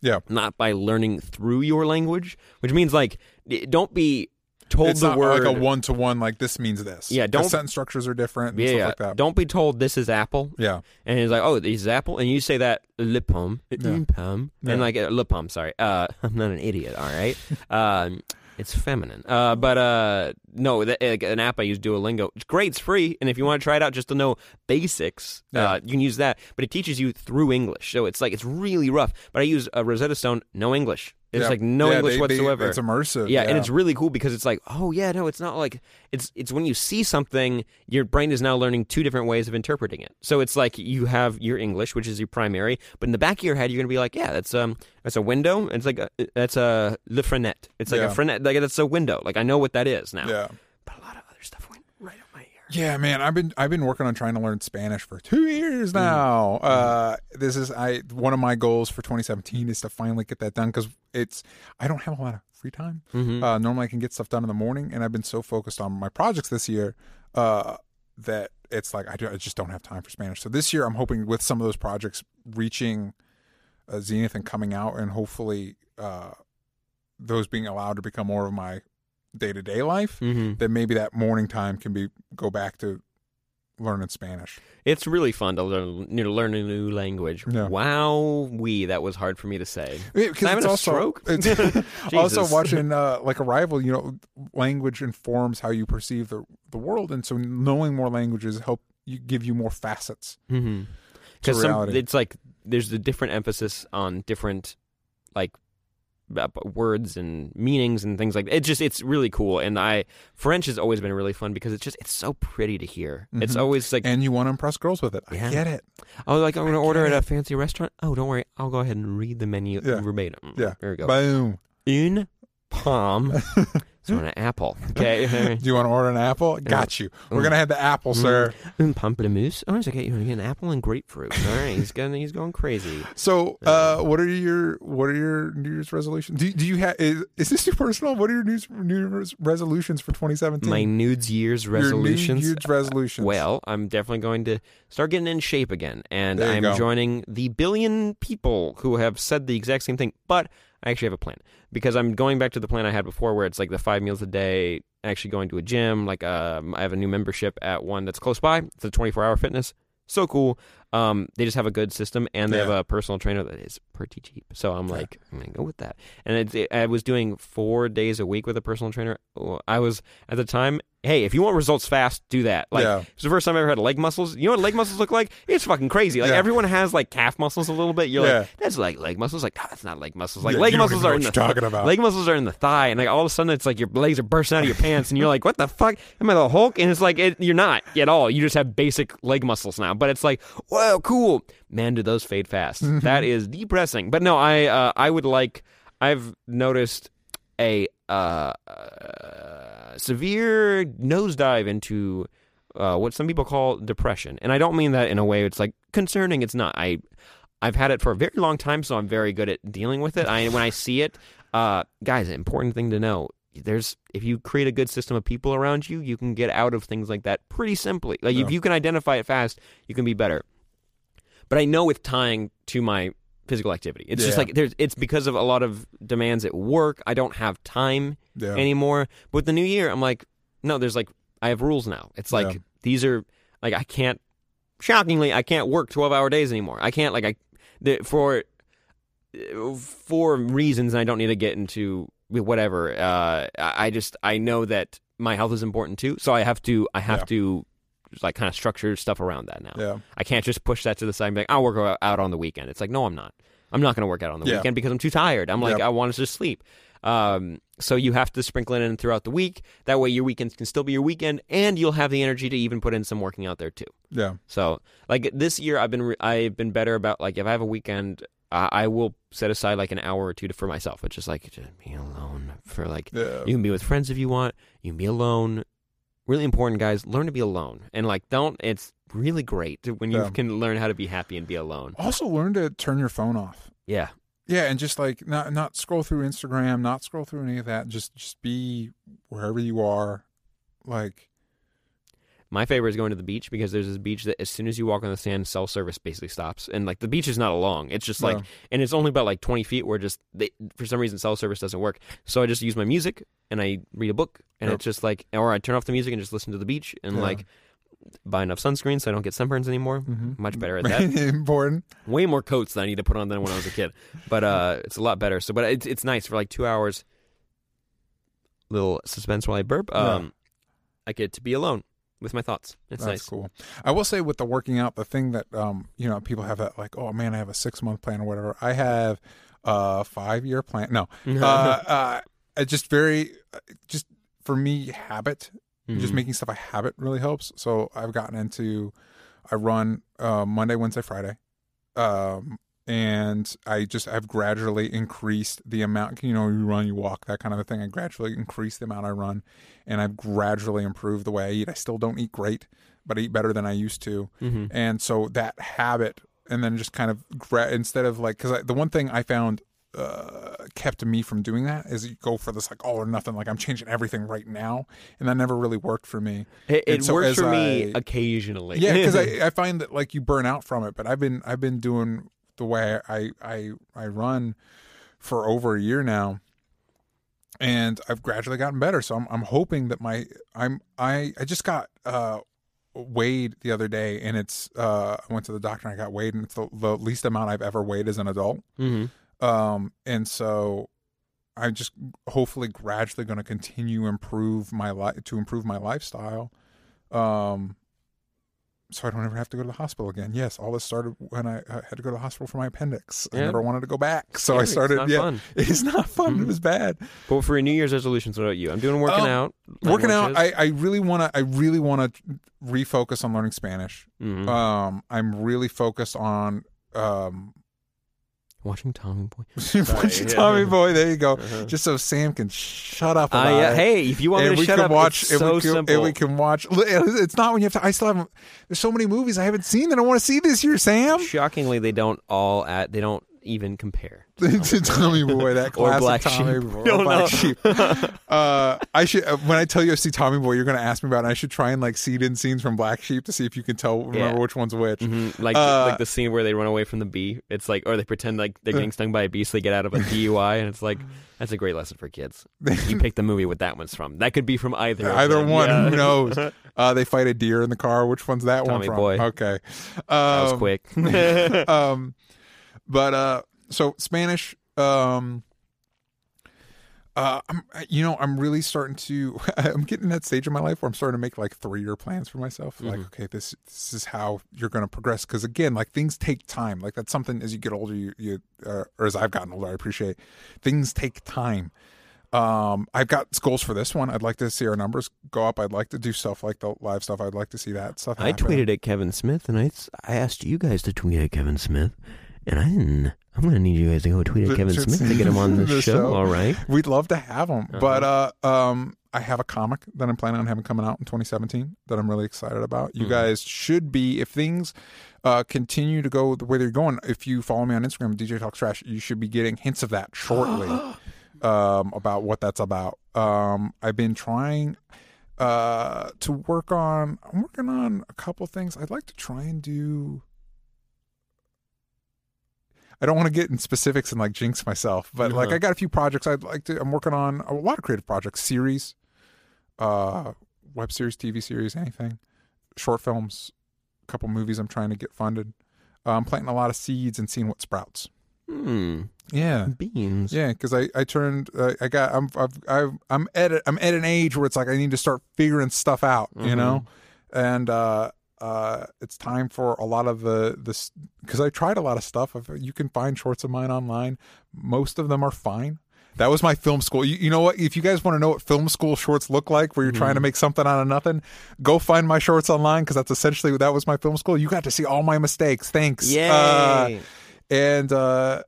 C: yeah
B: not by learning through your language, which means like d- don't be told
C: it's
B: the
C: not
B: word
C: like a one to one. Like this means this.
B: Yeah, don't-
C: the sentence structures are different. And
B: yeah,
C: stuff like that.
B: don't be told this is apple.
C: Yeah,
B: and he's like, "Oh, this is apple," and you say that le pomme, une pomme,
C: Yeah.
B: and like uh, le pomme. Sorry, uh, I'm not an idiot. All right, um, it's feminine. Uh, but uh, no, the, like, an app I use Duolingo. It's great. It's free, and if you want to try it out just to know basics,
C: Yeah.
B: uh, you can use that. But it teaches you through English, so it's like it's really rough. But I use uh, Rosetta Stone, no English. It's
C: Yeah.
B: like no
C: Yeah,
B: English
C: they- they-
B: whatsoever.
C: it's immersive.
B: Yeah, and it's really cool because it's like, oh yeah, no, it's not like it's it's when you see something, your brain is now learning two different ways of interpreting it. So it's like you have your English, which is your primary, but in the back of your head, you're gonna be like, yeah, that's um, that's a window. It's like a, that's a le frenette. It's like
C: Yeah.
B: a frenette, like that's a window. Like I know what that is now.
C: yeah.
B: But a lot of other stuff went right up my ear.
C: Yeah, man, I've been I've been working on trying to learn Spanish for two
B: Mm.
C: years now. Uh, this is I one of my goals for 2017 is to finally get that done because it's I don't have a lot of free time.
B: Mm-hmm.
C: Uh, normally, I can get stuff done in the morning, and I've been so focused on my projects this year uh, that it's like I, do, I just don't have time for Spanish. So this year, I'm hoping with some of those projects reaching uh, zenith and coming out, and hopefully uh, those being allowed to become more of my day to day life
B: Mm-hmm.
C: that maybe that morning time can be go back to learning Spanish.
B: It's really fun to learn, you know, learn a new language.
C: Yeah.
B: Wow, we that was hard for me to say.
C: Yeah, 'cause
B: I'm having
C: it's
B: a
C: also,
B: stroke?
C: it's- also
B: Jesus.
C: watching uh, like Arrival, you know, language informs how you perceive the the world, and so knowing more languages help you give you more facets.
B: Mm-hmm.
C: to
B: Because some
C: reality.
B: it's like there's a different emphasis on different like b- b- words and meanings and things like that. It's just it's really cool. And I French has always been really fun because it's just it's so pretty to hear. It's
C: Mhm.
B: always like
C: And you want to impress girls with it. I
B: Yeah.
C: get it.
B: oh like I'm gonna
C: I
B: order
C: get
B: at
C: it.
B: a fancy restaurant. Oh don't worry, I'll go ahead and read the menu
C: Yeah.
B: verbatim.
C: Yeah.
B: there we go.
C: Boom.
B: Une pomme So an apple. Okay.
C: Do you want to order an apple? Got you. We're gonna have the apple, sir.
B: Mm, Pamplemousse. Oh, it's okay. You're gonna get an apple and grapefruit. All right. He's going. He's going crazy.
C: So, uh, what are your what are your New Year's resolutions? Do, do you have is, is this too personal? What are your New Year's, New Year's resolutions for 2017?
B: My nudes year's resolutions.
C: Your New Year's resolutions.
B: Well, I'm definitely going to start getting in shape again, and
C: There you
B: I'm
C: go.
B: joining the billion people who have said the exact same thing. But I actually have a plan because I'm going back to the plan I had before, where it's like the five meals a day, actually going to a gym. Like um, I have a new membership at one that's close by. It's a 24 hour fitness. So cool. Um, they just have a good system, and they have
C: Yeah.
B: a personal trainer that is pretty cheap. So I'm like, I'm gonna go with that. And it, I was doing four days a week with a personal trainer. Oh, I was at the time. Hey, if you want results fast, do that. Like
C: Yeah.
B: it's the first time I ever had leg muscles. You know what leg muscles look like? It's fucking crazy. Like
C: Yeah.
B: everyone has like calf muscles a little bit. You're
C: Yeah.
B: like, that's like leg muscles. Like, "Ah, that's not leg muscles. Like
C: Yeah,
B: leg
C: you don't even
B: muscles
C: know
B: are
C: what
B: in the
C: you're talking about.
B: leg muscles are in the thigh, and like all of a sudden it's like your legs are bursting out of your pants, and you're like, what the fuck? Am I the Hulk? And it's like it, you're not at all. You just have basic leg muscles now. But it's like, whoa, cool, man. Do those fade fast?
C: Mm-hmm.
B: That is depressing. But no, I uh, I would like. I've noticed a uh, uh, severe nosedive into uh, what some people call depression, and I don't mean that in a way it's like concerning. It's not. I I've had it for a very long time, so I'm very good at dealing with it. I when I see it, uh, guys, important thing to know. There's if you create a good system of people around you, you can get out of things like that pretty simply. Like if you can identify it fast, you can be better but I know it's tying to my physical activity. It's just
C: Yeah.
B: like there's it's because of a lot of demands at work. I don't have time
C: Yeah.
B: anymore. But with the new year, I'm like, no, there's like I have rules now. It's like
C: Yeah.
B: these are like I can't shockingly I can't work 12-hour days anymore. I can't like I the, for for reasons and I don't need to get into whatever. Uh, I I just I know that my health is important too, so I have to I have
C: Yeah.
B: to like kind of structure stuff around that now.
C: Yeah.
B: I can't just push that to the side and be like, I'll work out on the weekend. It's like, no, I'm not. I'm not going to work out on the
C: Yeah.
B: weekend because I'm too tired. I'm like,
C: Yep.
B: I want to just sleep. Um, so you have to sprinkle it in throughout the week. That way, your weekends can still be your weekend, and you'll have the energy to even put in some working out there too.
C: Yeah.
B: So, like this year, I've been re- I've been better about like if I have a weekend, I, I will set aside like an hour or two to, for myself, which is like just be alone for like
C: Yeah.
B: you can be with friends if you want. You can be alone. Really important, guys. Learn to be alone, and like, don't. It's really great to- when you
C: Yeah.
B: can learn how to be happy and be alone.
C: Also, learn to turn your phone off.
B: Yeah,
C: Yeah, and just like not not scroll through Instagram, not scroll through any of that. Just just be wherever you are. Like
B: my favorite is going to the beach because there's this beach that as soon as you walk on the sand, cell service basically stops, and like the beach is not long. It's just like,
C: No.
B: and it's only about like 20 feet where just they, for some reason cell service doesn't work. So I just use my music and I read a book, and
C: Yep.
B: it's just like, or I turn off the music and just listen to the beach and
C: Yeah.
B: like buy enough sunscreen so I don't get sunburns anymore. Much better at that.
C: important.
B: way more coats than I need to put on than when I was a kid. But uh, it's a lot better. So, but it's it's nice for like two hours. Little suspense while I burp. Um, I get to be alone with my thoughts. It's nice.
C: That's cool. I will say with the working out, the thing that um you know people have that like oh man I have a six month plan or whatever. I have a five year plan. No, uh, uh, I just very uh, just for me habit
B: Mm-hmm.
C: just making stuff a habit really helps. So I've gotten into, I run uh, Monday, Wednesday, Friday, um, and I just I've gradually increased the amount. You know, you run, you walk, that kind of a thing. I gradually increased the amount I run, and I've gradually improved the way I eat. I still don't eat great, but I eat better than I used to, and so that habit, and then just kind of gra- instead of like because the one thing I found uh, kept me from doing that is you go for this like all or nothing like i'm changing everything right now and that never really worked for me
B: It,
C: And
B: it
C: so
B: works
C: as
B: for me
C: I-
B: occasionally.
C: yeah because I, I find that like you burn out from it but i've been i've been doing the way i i i run for over a year now and i've gradually gotten better so i'm, I'm hoping that my i'm i i just got uh weighed the other day and it's uh i went to the doctor and i got weighed and it's the, the least amount i've ever weighed as an adult
B: hmm
C: um and so i'm just hopefully gradually going to continue improve my life to improve my lifestyle um so i don't ever have to go to the hospital again yes all this started when i uh, had to go to the hospital for my appendix i
B: Yeah.
C: never wanted to go back so
B: Yeah,
C: i
B: it's
C: started
B: not
C: yeah
B: fun. Mm-hmm.
C: it's not fun it was bad
B: But for your New Year's resolutions, what about you? I'm doing working
C: Um,
B: out.
C: working out I, I really want to i really want to refocus on
B: Mm-hmm.
C: Uh, learning spanish
B: hmm
C: um i'm really focused on um
E: watching Tommy Boy.
C: Watch
F: yeah.
C: Tommy Boy. There you go. Just so Sam can shut up.
B: Uh,
C: About
B: yeah,
C: it.
B: Uh, hey, if you want me
C: and
B: to
C: we
B: shut
C: can
B: up,
C: watch.
B: it's
C: and
B: so
C: we can,
B: simple.
C: And we can watch. It's not when you have to. I still haven't. There's so many movies I haven't seen that I want to see this year, Sam.
B: Shockingly, they don't all at they don't even compare.
C: to Tommy Boy, that
B: Or
C: classic
B: Black
C: Tommy
B: Sheep.
C: Boy,
B: Don't
C: Black
B: know.
C: Sheep. Uh, I should uh, when I tell you I see Tommy Boy, you're going to ask me about. it, and I should try and like seed in scenes from Black Sheep to see if you can tell remember
B: Yeah.
C: which one's which.
B: Mhm, Like
C: Uh,
B: like the scene where they run away from the bee. It's like or they pretend like they're getting stung by a bee, so they get out of a DUI, and it's like that's a great lesson for kids. you pick the movie what that one's from. That could be from either of
C: Either
B: them.
C: one,
B: Yeah.
C: who knows? Uh, they fight a deer in the car. Which one's that one
B: Tommy
C: from?
B: Boy.
C: Okay, um,
B: That was quick.
C: um, but uh, so Spanish. Um, uh, I'm, you know, I'm really starting to. I'm getting in that stage in my life where I'm starting to make like three year plans for myself. Like,
E: Mm-hmm.
C: okay, this this is how you're going to progress. Because again, like things take time. Like that's something as you get older, you you uh, or as I've gotten older, I appreciate things take time. Um, I've got goals for this one. I'd like to see our numbers go up. I'd like to do stuff like the live stuff. I'd like to see that stuff.
E: I
C: happen.
E: tweeted at Kevin Smith, and I, s- I asked you guys to tweet at Kevin Smith, and I didn't. I'm going to need you guys to go tweet at Kevin Smith to get him on
C: The
E: this
C: show.
E: show. All right.
C: We'd love to have them. But uh, um, I have a comic that I'm planning on having coming out in 2017 that I'm really excited about. You guys should be, if things uh, continue to go the way they're going, if you follow me on Instagram, DJ Talks Trash, you should be getting hints of that shortly um, about what that's about. Um, I've been trying uh to work on i'm working on a couple things i'd like to try and do i don't want to get in specifics and like jinx myself but like i got a few projects i'd like to i'm working on a lot of creative projects series uh web series tv series anything short films a couple movies i'm trying to get funded Uh, i'm planting a lot of seeds and seeing what sprouts
B: Hmm.
C: yeah
B: Beans.
C: yeah, because I I turned uh, I got I'm I've, I've I'm at a, I'm at an age where it's like I need to start figuring stuff out, you know, and uh, uh, it's time for a lot of the this because I tried a lot of stuff. I've, you can find shorts of mine online. Most of them are fine. That was my film school. You, you know what? If you guys want to know what film school shorts look like, where you're trying to make something out of nothing, go find my shorts online because that's essentially that was my film school. You got to see all my mistakes. Thanks.
B: Yay.
C: Uh, and uh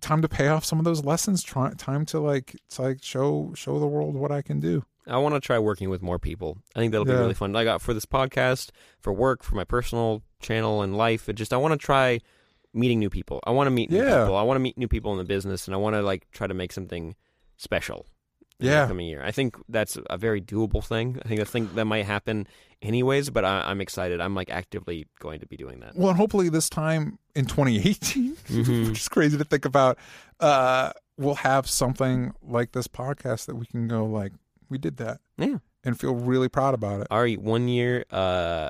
C: time to pay off some of those lessons try, time to like to like show show the world what i can do
B: I want to try working with more people. I think that'll
C: Yeah.
B: be really fun. Like uh, for this podcast, for work, for my personal channel and life. It just I want to try meeting new people. I want to meet new
C: Yeah.
B: people. I want to meet new people in the business, and I want to like try to make something special. in
C: Yeah.
B: the coming year. I think that's a very doable thing. I think that's thing that might happen anyways. But I, I'm excited. I'm like actively going to be doing that.
C: well and hopefully this time in 2018
B: Mm-hmm.
C: which is crazy to think about uh we'll have something like this podcast that we can go like we did that
B: Yeah.
C: and feel really proud about it
B: Our one year uh,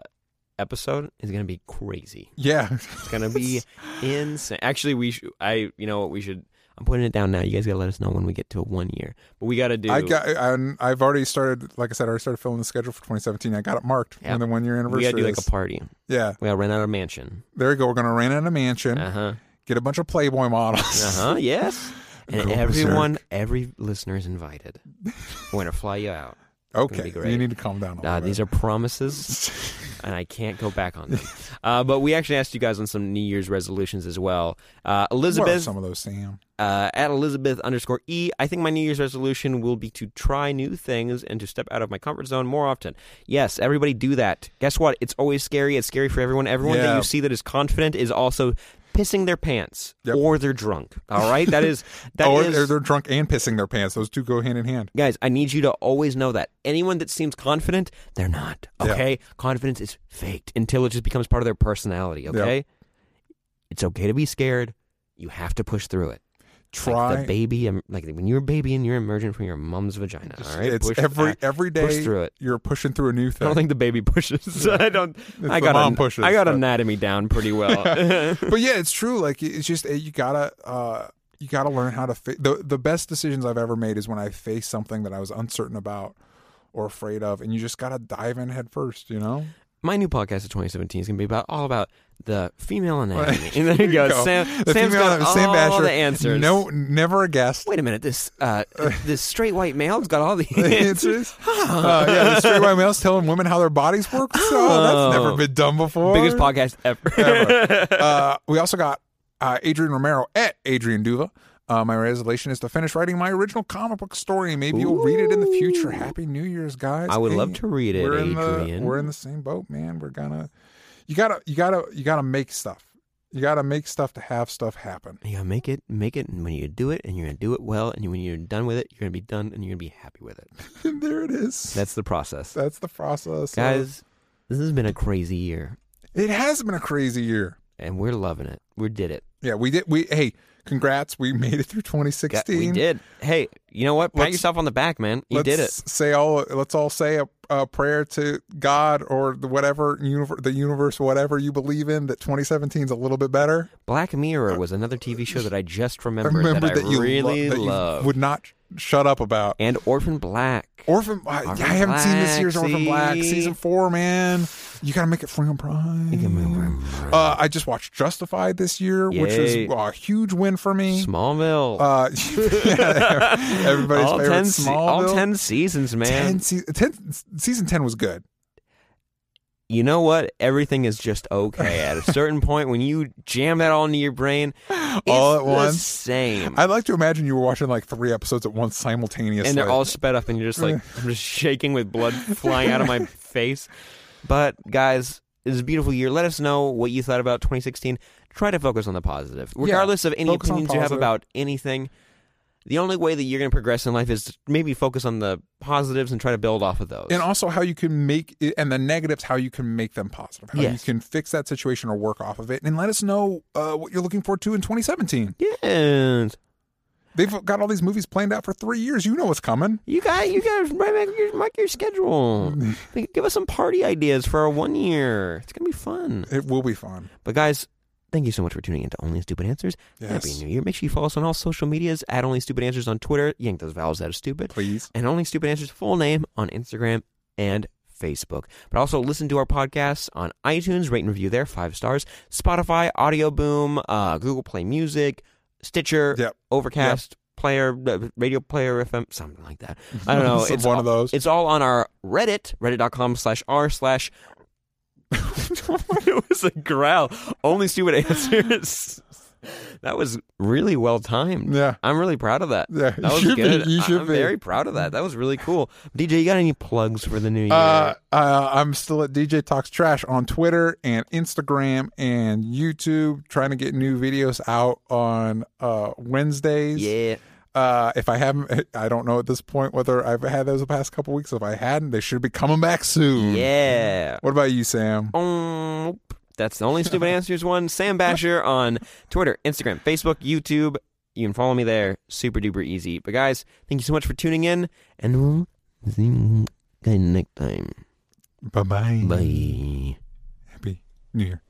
B: episode is going to be crazy.
C: yeah
B: It's gonna be insane. Actually, we should. I you know what we should. I'm putting it down now. You guys gotta let us know when we get to one year. But we gotta do.
C: I got. I'm, I've already started. Like I said, I already started filling the schedule for 2017. I got it marked
B: Yeah.
C: when the one year
B: we
C: anniversary.
B: gotta do like a
C: is.
B: party.
C: yeah,
B: We gotta rent out a mansion.
C: there you go. We're gonna rent out a mansion,
B: Uh huh. Uh
C: get a bunch of Playboy models.
B: huh. Uh-huh, Yes. And
C: Cool,
B: everyone, every listener is invited. We're gonna fly you out. be
C: Okay, you
B: great.
C: need to calm down. A little
B: Uh,
C: bit.
B: these are promises, and I can't go back on them. Uh, but we actually asked you guys on some New Year's resolutions as well. Uh,
C: What are
B: Elizabeth
C: some of those, Sam?
B: uh, at Elizabeth underscore E. I think my New Year's resolution will be to try new things and to step out of my comfort zone more often. Yes, everybody do that. Guess what? It's always scary. It's scary for everyone. Everyone
C: Yeah.
B: that you see that is confident is also pissing their pants
C: Yep.
B: or they're drunk. All right, that is that
C: or
B: is-
C: Oh, they're, they're drunk and pissing their pants. Those two go hand in hand.
B: Guys, I need you to always know that. Anyone that seems confident, they're not.
C: Yeah.
B: Okay? Confidence is faked until it just becomes part of their personality, okay? It's okay to be scared. You have to push through it. Like
C: Try.
B: the baby, em- like when you're a baby and you're emerging from your mom's vagina. All right,
C: it's
B: Push-
C: every
B: I-
C: every day.
B: push through it.
C: You're pushing through a new
B: I
C: thing.
B: don't think the baby pushes. I don't. I
C: the
B: got
C: mom
B: an-
C: pushes,
B: I got
C: but-
B: anatomy down pretty well.
C: but yeah, it's true. Like it's just uh, you gotta uh, you gotta learn how to fa- the the best decisions I've ever made is when I faced something that I was uncertain about or afraid of, and you just gotta dive in head first. You know.
B: My new podcast of 2017 is going to be about all about the female anatomy. and there you
C: Here
B: go.
C: you go.
B: Sam,
C: The
B: Sam's
C: female-
B: got
C: Sam
B: all
C: Basher,
B: the answers.
C: No, never a guest.
B: Wait a minute. This uh, this straight white male's got all the
C: Answers. uh, yeah, the straight white males telling women how their bodies work.
B: Oh.
C: So that's never been done before.
B: Biggest podcast ever.
C: Ever. uh, we also got uh, Adrian Romero at Adrian Duva. Uh, my resolution is to finish writing my original comic book story. Maybe you'll read it in the future. Happy New Year's, guys!
B: I would love to read it,
C: We're in the
B: Adrian.
C: we're in the same boat, man. We're gonna you gotta you gotta you gotta make stuff. You gotta make stuff to have stuff happen.
B: You gotta make it, make it, and when you do it, and you're gonna do it well, and when you're done with it, you're gonna be done, and you're gonna be happy with it.
C: And there it is.
B: That's the process,
C: That's the process,
B: guys. This has been a crazy year,
C: It has been a crazy year.
B: and we're loving it. We did it.
C: Yeah, we did. We hey, congrats! We made it through
B: Ga-
C: 2016.
B: We did. Hey, you know what? Pat
C: Let's-
B: yourself on the back, man. You
C: let's
B: did it.
C: Say all. Let's all say a, a prayer to God or the whatever universe, the universe, whatever you believe in, that 2017 is a little bit better.
B: Black Mirror was another TV show that I just remembered
C: Uh, Remember
B: that,
C: that,
B: I
C: you
B: really
C: lo- that
B: love.
C: you would not sh- shut up about.
B: and Orphan Black.
C: Orphan, I,
B: Orphan
C: I haven't seen this
B: Black,
C: year's Orphan Black
B: see?
C: season four, man. You gotta make it free on Prime. Uh, I just watched Justified this year, which was
B: Yay.
C: a huge win for me.
B: Smallville.
C: Uh, everybody's
B: all
C: favorite
B: ten, se-
C: Smallville.
B: all ten seasons, man.
C: 10 se- 10 season 10 was good.
B: you know what? Everything is just okay. At a certain point, when you jam that all into your brain, it's
C: All at
B: the
C: once.
B: same.
C: I'd like to imagine you were watching like three episodes at once simultaneously.
B: and they're all sped up, and you're just like, I'm just shaking with blood flying out of my face. But guys, it's a beautiful year. Let us know what you thought about 2016. Try to focus on the positive, regardless of any
C: focus on
B: opinions you have
C: positive.
B: about anything. The only way that you're going to progress in life is to maybe focus on the positives and try to build off of those.
C: and also how you can make it, and the negatives, how you can make them positive, how
B: Yes.
C: you can fix that situation or work off of it, and let us know uh, what you're looking forward to in 2017.
B: Yes.
C: They've got all these movies planned out for three years. You know what's coming.
B: You got you got to right back your, mark your schedule. Like, Give us some party ideas for our one year. It's gonna be fun.
C: It will be fun.
B: But guys, thank you so much for tuning in to Only Stupid Answers. Happy
C: Yes.
B: New Year! Make sure you follow us on all social medias at Only Stupid Answers on Twitter. Yank those vowels out of stupid.
C: Please.
B: And Only Stupid Answers full name on Instagram and Facebook. But also listen to our podcasts on iTunes. Rate and review there five stars. Spotify, Audio Boom, uh, Google Play Music, Stitcher,
C: Yep.
B: Overcast. Player, uh, radio player, FM, something like that. I don't know.
C: It's one
B: all-
C: of those.
B: It's all on our Reddit, reddit.com slash r slash. it was a growl. Only stupid answers. That was really well timed.
C: Yeah.
B: I'm really proud of that.
C: Yeah,
B: that
C: you
B: was
C: should be.
B: good.
C: You should
B: I'm
C: be.
B: very proud of that. That was really cool. DJ, you got any plugs for the new year?
C: Uh, uh, I'm still at DJ Talks Trash on Twitter and Instagram and YouTube, trying to get new videos out on uh, Wednesdays.
B: yeah.
C: Uh, if I haven't, I don't know at this point whether I've had those the past couple weeks. If I hadn't, they should be coming back soon.
B: Yeah.
C: What about you, Sam?
B: Um, that's the only stupid answers one. Sam Basher on Twitter, Instagram, Facebook, YouTube. You can follow me there. Super duper easy. But guys, thank you so much for tuning in, and we'll see you guys next time.
C: Bye bye.
B: Bye.
C: Happy New Year.